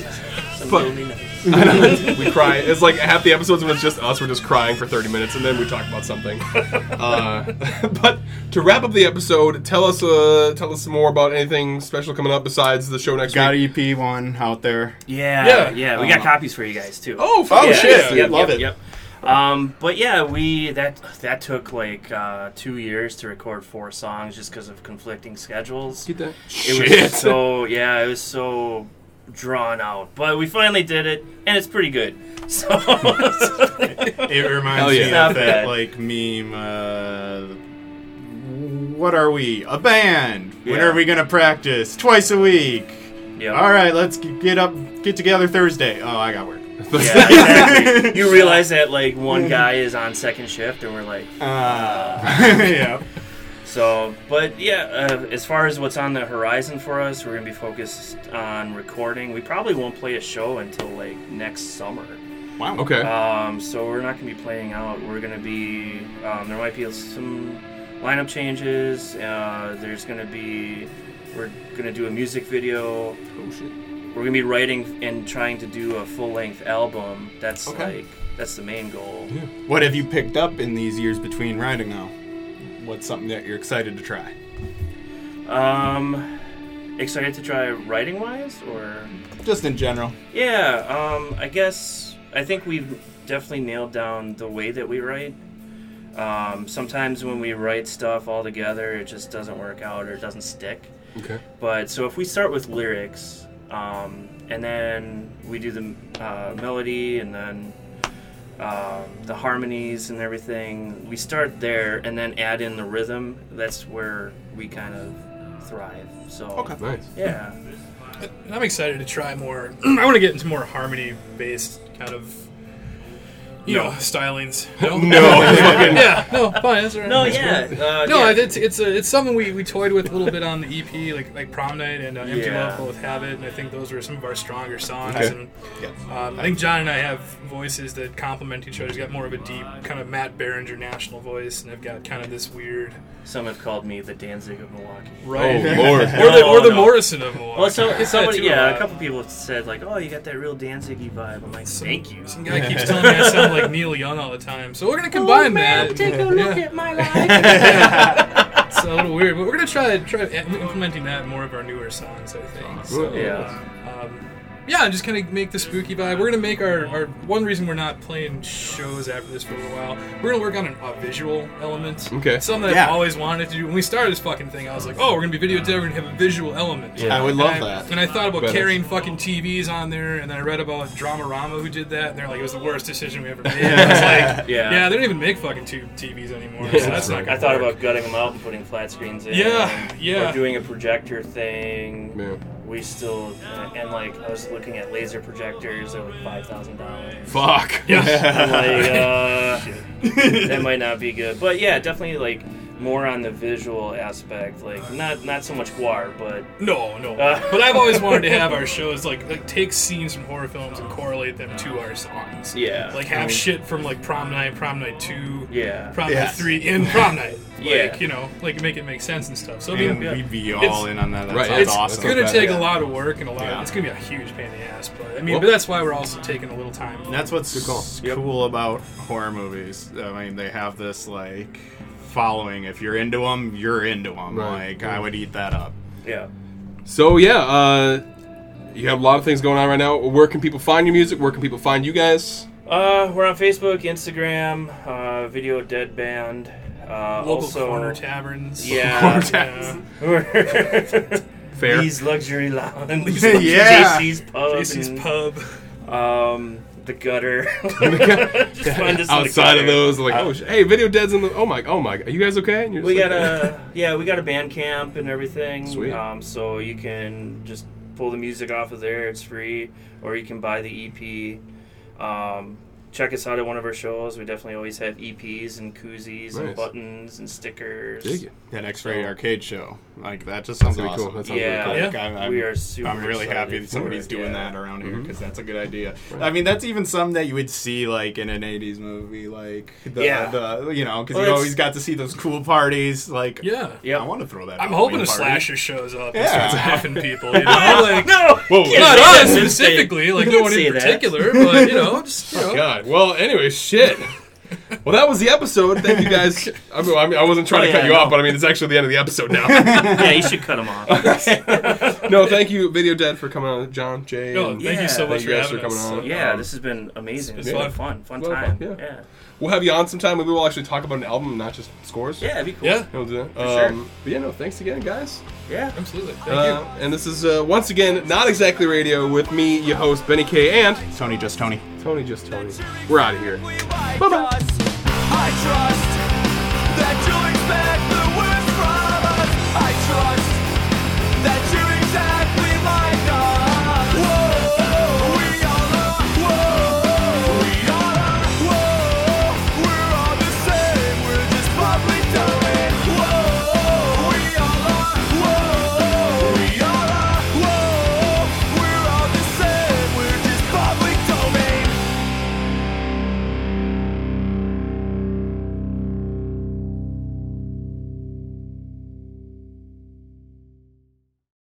Speaker 1: cry. It's like half the episodes when it's just us, we're just crying for 30 minutes, and then we talk about (laughs) something. Uh, (laughs) but to wrap up the episode, tell us uh, tell us some more about anything special coming up besides the show next
Speaker 2: Got
Speaker 1: week.
Speaker 2: EP one out there.
Speaker 3: Yeah,
Speaker 4: Yeah.
Speaker 3: yeah, We got
Speaker 2: Um,
Speaker 3: copies for you guys too.
Speaker 1: Oh, fuck
Speaker 2: Oh,
Speaker 1: yeah.
Speaker 2: shit. dude, love it.
Speaker 3: Yep. Um, but yeah, we that that took like uh, two years to record four songs just because of conflicting schedules.
Speaker 1: Get that.
Speaker 3: It was so yeah, it was (laughs) so drawn out, but we finally did it, and it's pretty good. So
Speaker 2: It
Speaker 1: Hell
Speaker 2: reminds
Speaker 1: yeah.
Speaker 2: me
Speaker 3: Not
Speaker 2: of
Speaker 3: bad.
Speaker 2: that like meme. Uh, what are we? A band. When
Speaker 3: Yeah.
Speaker 2: are we gonna practice? Twice a week.
Speaker 3: Yeah.
Speaker 2: All right, let's g- get up, get together Thursday. Oh, I got work. (laughs)
Speaker 3: Yeah, exactly. you realize that like one guy is on second shift, and we're like,
Speaker 2: Uh, yeah.
Speaker 3: so. But yeah, uh, as far as what's on the horizon for us, we're gonna be focused on recording. We probably won't play a show until like next summer.
Speaker 2: Wow.
Speaker 1: Okay.
Speaker 3: Um, so we're not gonna be playing out. We're gonna be. Um, there might be some lineup changes. Uh, there's gonna be. We're gonna do a music video.
Speaker 1: oh shit.
Speaker 3: We're gonna be writing and trying to do a full length album. That's
Speaker 2: Okay.
Speaker 3: like that's the main goal.
Speaker 1: Yeah.
Speaker 2: What have you picked up in these years between riding though? What's something that you're excited to try?
Speaker 3: Um, excited to try writing wise, or
Speaker 2: Just in general.
Speaker 3: yeah. Um, I guess I think we've definitely nailed down the way that we write. Um, sometimes when we write stuff all together, it just doesn't work out or it doesn't stick.
Speaker 1: Okay.
Speaker 3: But so if we start with lyrics, um, and then we do the uh, melody, and then uh, the harmonies and everything, we start there, and then add in the rhythm. That's where we kind of thrive. So
Speaker 2: Okay.
Speaker 1: Nice.
Speaker 3: yeah,
Speaker 4: And I'm excited to try more. (clears throat) I want to get into more harmony-based kind of, you
Speaker 3: No.
Speaker 4: know, stylings.
Speaker 1: No.
Speaker 4: (laughs) yeah, no, fine, that's all right.
Speaker 3: no, yeah, uh,
Speaker 4: No,
Speaker 3: yeah.
Speaker 4: it's it's a, it's something we, we toyed with a little bit on the EP, like like prom night and uh, empty
Speaker 3: Yeah.
Speaker 4: love both have it, and I think those were some of our stronger songs.
Speaker 1: Okay.
Speaker 4: And
Speaker 2: Yes.
Speaker 4: um, I think John and I have voices that complement each other. He's got more of a deep kind of Matt Berenger national voice, and I've got kind of this weird
Speaker 3: Some have called me the Danzig of Milwaukee.
Speaker 1: Oh
Speaker 4: right,
Speaker 1: lord. (laughs)
Speaker 4: or the or
Speaker 3: Oh, No,
Speaker 4: the
Speaker 3: no.
Speaker 4: Morrison of Milwaukee.
Speaker 3: Well, (laughs) so
Speaker 4: It's that
Speaker 3: somebody,
Speaker 4: (laughs) too,
Speaker 3: yeah,
Speaker 4: uh,
Speaker 3: a couple people said like, "Oh, you got that real Danzigy vibe." I'm like,
Speaker 4: Some-
Speaker 3: "Thank you."
Speaker 4: Some guy keeps telling me I sound like Neil Young all the time, so we're gonna combine that. Yeah.
Speaker 3: my life.
Speaker 4: (laughs) It's a little weird, but we're gonna try try implementing that in more of our newer songs, I think. So,
Speaker 3: yeah.
Speaker 4: um, yeah, and just kind of make the spooky vibe. We're gonna make our, our one reason we're not playing shows after this for a little while. We're gonna work on an, a visual element.
Speaker 1: Okay.
Speaker 4: Something
Speaker 2: Yeah.
Speaker 4: I've always wanted to do. When we started this fucking thing, I was like, oh, we're gonna be video dev. We're gonna have a visual element.
Speaker 1: Yeah.
Speaker 2: I would
Speaker 4: And
Speaker 2: love
Speaker 4: I-
Speaker 2: that.
Speaker 4: And I thought about
Speaker 1: Badass.
Speaker 4: carrying fucking TVs on there, and then I read about Dramarama who did that, and they're like, it was the worst decision we ever made. I was like,
Speaker 3: Yeah.
Speaker 4: yeah, they don't even make fucking two TVs anymore. so that's not.
Speaker 3: I
Speaker 4: Gonna
Speaker 3: thought
Speaker 4: work.
Speaker 3: about gutting them out and putting flat screens in.
Speaker 4: Yeah, yeah.
Speaker 3: Or doing a projector thing.
Speaker 1: Yeah.
Speaker 3: We still and like I was looking at laser projectors. They're like five thousand
Speaker 4: (laughs)
Speaker 3: dollars.
Speaker 1: Fuck.
Speaker 4: Yeah.
Speaker 3: (laughs) I'm like, uh, that might not be good. But yeah, definitely like more on the visual aspect. Like not not so much guar, but
Speaker 4: No, no.
Speaker 3: Uh.
Speaker 4: but I've always wanted to have our shows like, like take scenes from horror films and correlate them to our songs.
Speaker 3: Yeah.
Speaker 4: Like have shit from like Prom Night, Prom Night Two,
Speaker 3: yeah.
Speaker 4: Prom
Speaker 2: Yeah.
Speaker 4: Night Three, and Prom Night. Like,
Speaker 3: Yeah.
Speaker 4: You know, like make it make sense and stuff. So I mean,
Speaker 2: And we'd be
Speaker 4: It's-
Speaker 2: all in on that. That
Speaker 1: Right.
Speaker 2: sounds
Speaker 4: it's
Speaker 2: awesome.
Speaker 4: gonna
Speaker 1: That's
Speaker 4: take
Speaker 1: better.
Speaker 4: a lot of work and a lot.
Speaker 2: Yeah.
Speaker 4: it's gonna be a huge pain in the ass. But I mean,
Speaker 1: Well-
Speaker 4: but that's why we're also taking a little time.
Speaker 2: And That's what's
Speaker 3: Yep.
Speaker 2: cool about horror movies. I mean, they have this like following. If you're into them, you're into them.
Speaker 1: Right.
Speaker 2: Like I would eat that up.
Speaker 3: Yeah.
Speaker 1: So yeah, uh, you have a lot of things going on right now. Where can people find your music? Where can people find you guys?
Speaker 3: Uh, we're on Facebook, Instagram, uh, Video Dead Band. Uh,
Speaker 4: Local
Speaker 3: also, (laughs)
Speaker 4: corner taverns. (laughs)
Speaker 3: Yeah.
Speaker 4: Corner
Speaker 3: Yeah.
Speaker 4: taverns.
Speaker 1: Fair.
Speaker 3: These
Speaker 1: (laughs)
Speaker 3: luxury lounge.
Speaker 2: Yeah.
Speaker 3: JC's pub.
Speaker 4: JC's
Speaker 3: and,
Speaker 4: pub.
Speaker 3: Um,
Speaker 1: (laughs)
Speaker 3: the gutter. (laughs) Just find us in the
Speaker 1: Outside of
Speaker 3: gutter.
Speaker 1: those, like, oh, sh- hey, video dead's in the. Oh my, oh my, are you guys okay? And you're
Speaker 3: We
Speaker 1: just
Speaker 3: got
Speaker 1: like-
Speaker 3: a (laughs) yeah, we got a band camp and everything.
Speaker 1: Sweet.
Speaker 3: Um, so you can just pull the music off of there. It's free, or you can buy the EP. Um, check us out at one of our shows. We definitely always have EPs and koozies
Speaker 1: Nice.
Speaker 3: and buttons and
Speaker 1: (laughs)
Speaker 3: stickers.
Speaker 1: Dig it.
Speaker 2: That X-rated arcade show. Like that just sounds
Speaker 1: That's pretty
Speaker 2: awesome.
Speaker 1: cool. Oh That sounds
Speaker 3: Oh. Yeah,
Speaker 1: really
Speaker 4: cool.
Speaker 2: Like, I'm, I'm-
Speaker 3: we are super.
Speaker 2: I'm really
Speaker 3: excited
Speaker 2: happy that
Speaker 3: for
Speaker 2: somebody's
Speaker 3: it,
Speaker 2: doing
Speaker 3: yeah. Mm-hmm.
Speaker 2: that around here because that's a good idea. I mean, that's even some that you would see like in an '80s movie, like the,
Speaker 3: Yeah.
Speaker 2: the you know, because
Speaker 3: Well,
Speaker 2: you
Speaker 3: it's-
Speaker 2: always got to see those cool parties. Like,
Speaker 4: Yeah.
Speaker 3: Yep.
Speaker 2: I want to throw that.
Speaker 4: I'm
Speaker 2: Halloween
Speaker 4: hoping a
Speaker 2: party.
Speaker 4: slasher shows up and
Speaker 2: Yeah.
Speaker 4: starts huffing people. You know,
Speaker 3: (laughs)
Speaker 4: like
Speaker 3: No,
Speaker 1: Whoa.
Speaker 4: not
Speaker 3: Yeah,
Speaker 4: us
Speaker 3: that's insane.
Speaker 4: specifically, like
Speaker 3: You
Speaker 4: no
Speaker 3: can't
Speaker 4: one
Speaker 3: say
Speaker 4: in
Speaker 3: that. (laughs)
Speaker 4: particular, but you know, just you know.
Speaker 1: God. Well, anyway, shit. Well, that was the episode. Thank you
Speaker 3: (laughs)
Speaker 1: guys. I mean, I mean, I wasn't trying
Speaker 3: Oh,
Speaker 1: to cut
Speaker 3: yeah,
Speaker 1: you
Speaker 3: no.
Speaker 1: off, but I mean, it's actually the end of the episode
Speaker 3: (laughs)
Speaker 1: now.
Speaker 3: yeah, you should cut them off.
Speaker 1: no, thank you, Video Dead, for coming on. John, Jay,
Speaker 4: No,
Speaker 1: and
Speaker 4: thank you so
Speaker 3: Yeah.
Speaker 4: much
Speaker 1: Thank
Speaker 4: for
Speaker 1: you guys
Speaker 4: having
Speaker 1: for
Speaker 4: us.
Speaker 1: coming on.
Speaker 3: Yeah,
Speaker 1: Um,
Speaker 3: this has been amazing. It's
Speaker 4: been
Speaker 3: been
Speaker 4: fun.
Speaker 3: fun, fun
Speaker 1: Well,
Speaker 3: time.
Speaker 1: yeah.
Speaker 3: Yeah, yeah,
Speaker 1: we'll have you on sometime. Maybe we'll actually talk about an album, not just scores.
Speaker 3: it'd be cool.
Speaker 4: Yeah,
Speaker 1: We'll do that.
Speaker 3: For
Speaker 1: Um, But yeah, no, thanks again, guys.
Speaker 3: yeah.
Speaker 4: absolutely. Thank
Speaker 1: Uh, and this is uh, once again not exactly radio with me, your host Benny K, and
Speaker 2: Tony, just Tony.
Speaker 1: Tony. Just Tony. We're out of here.
Speaker 5: We wide Bye bye.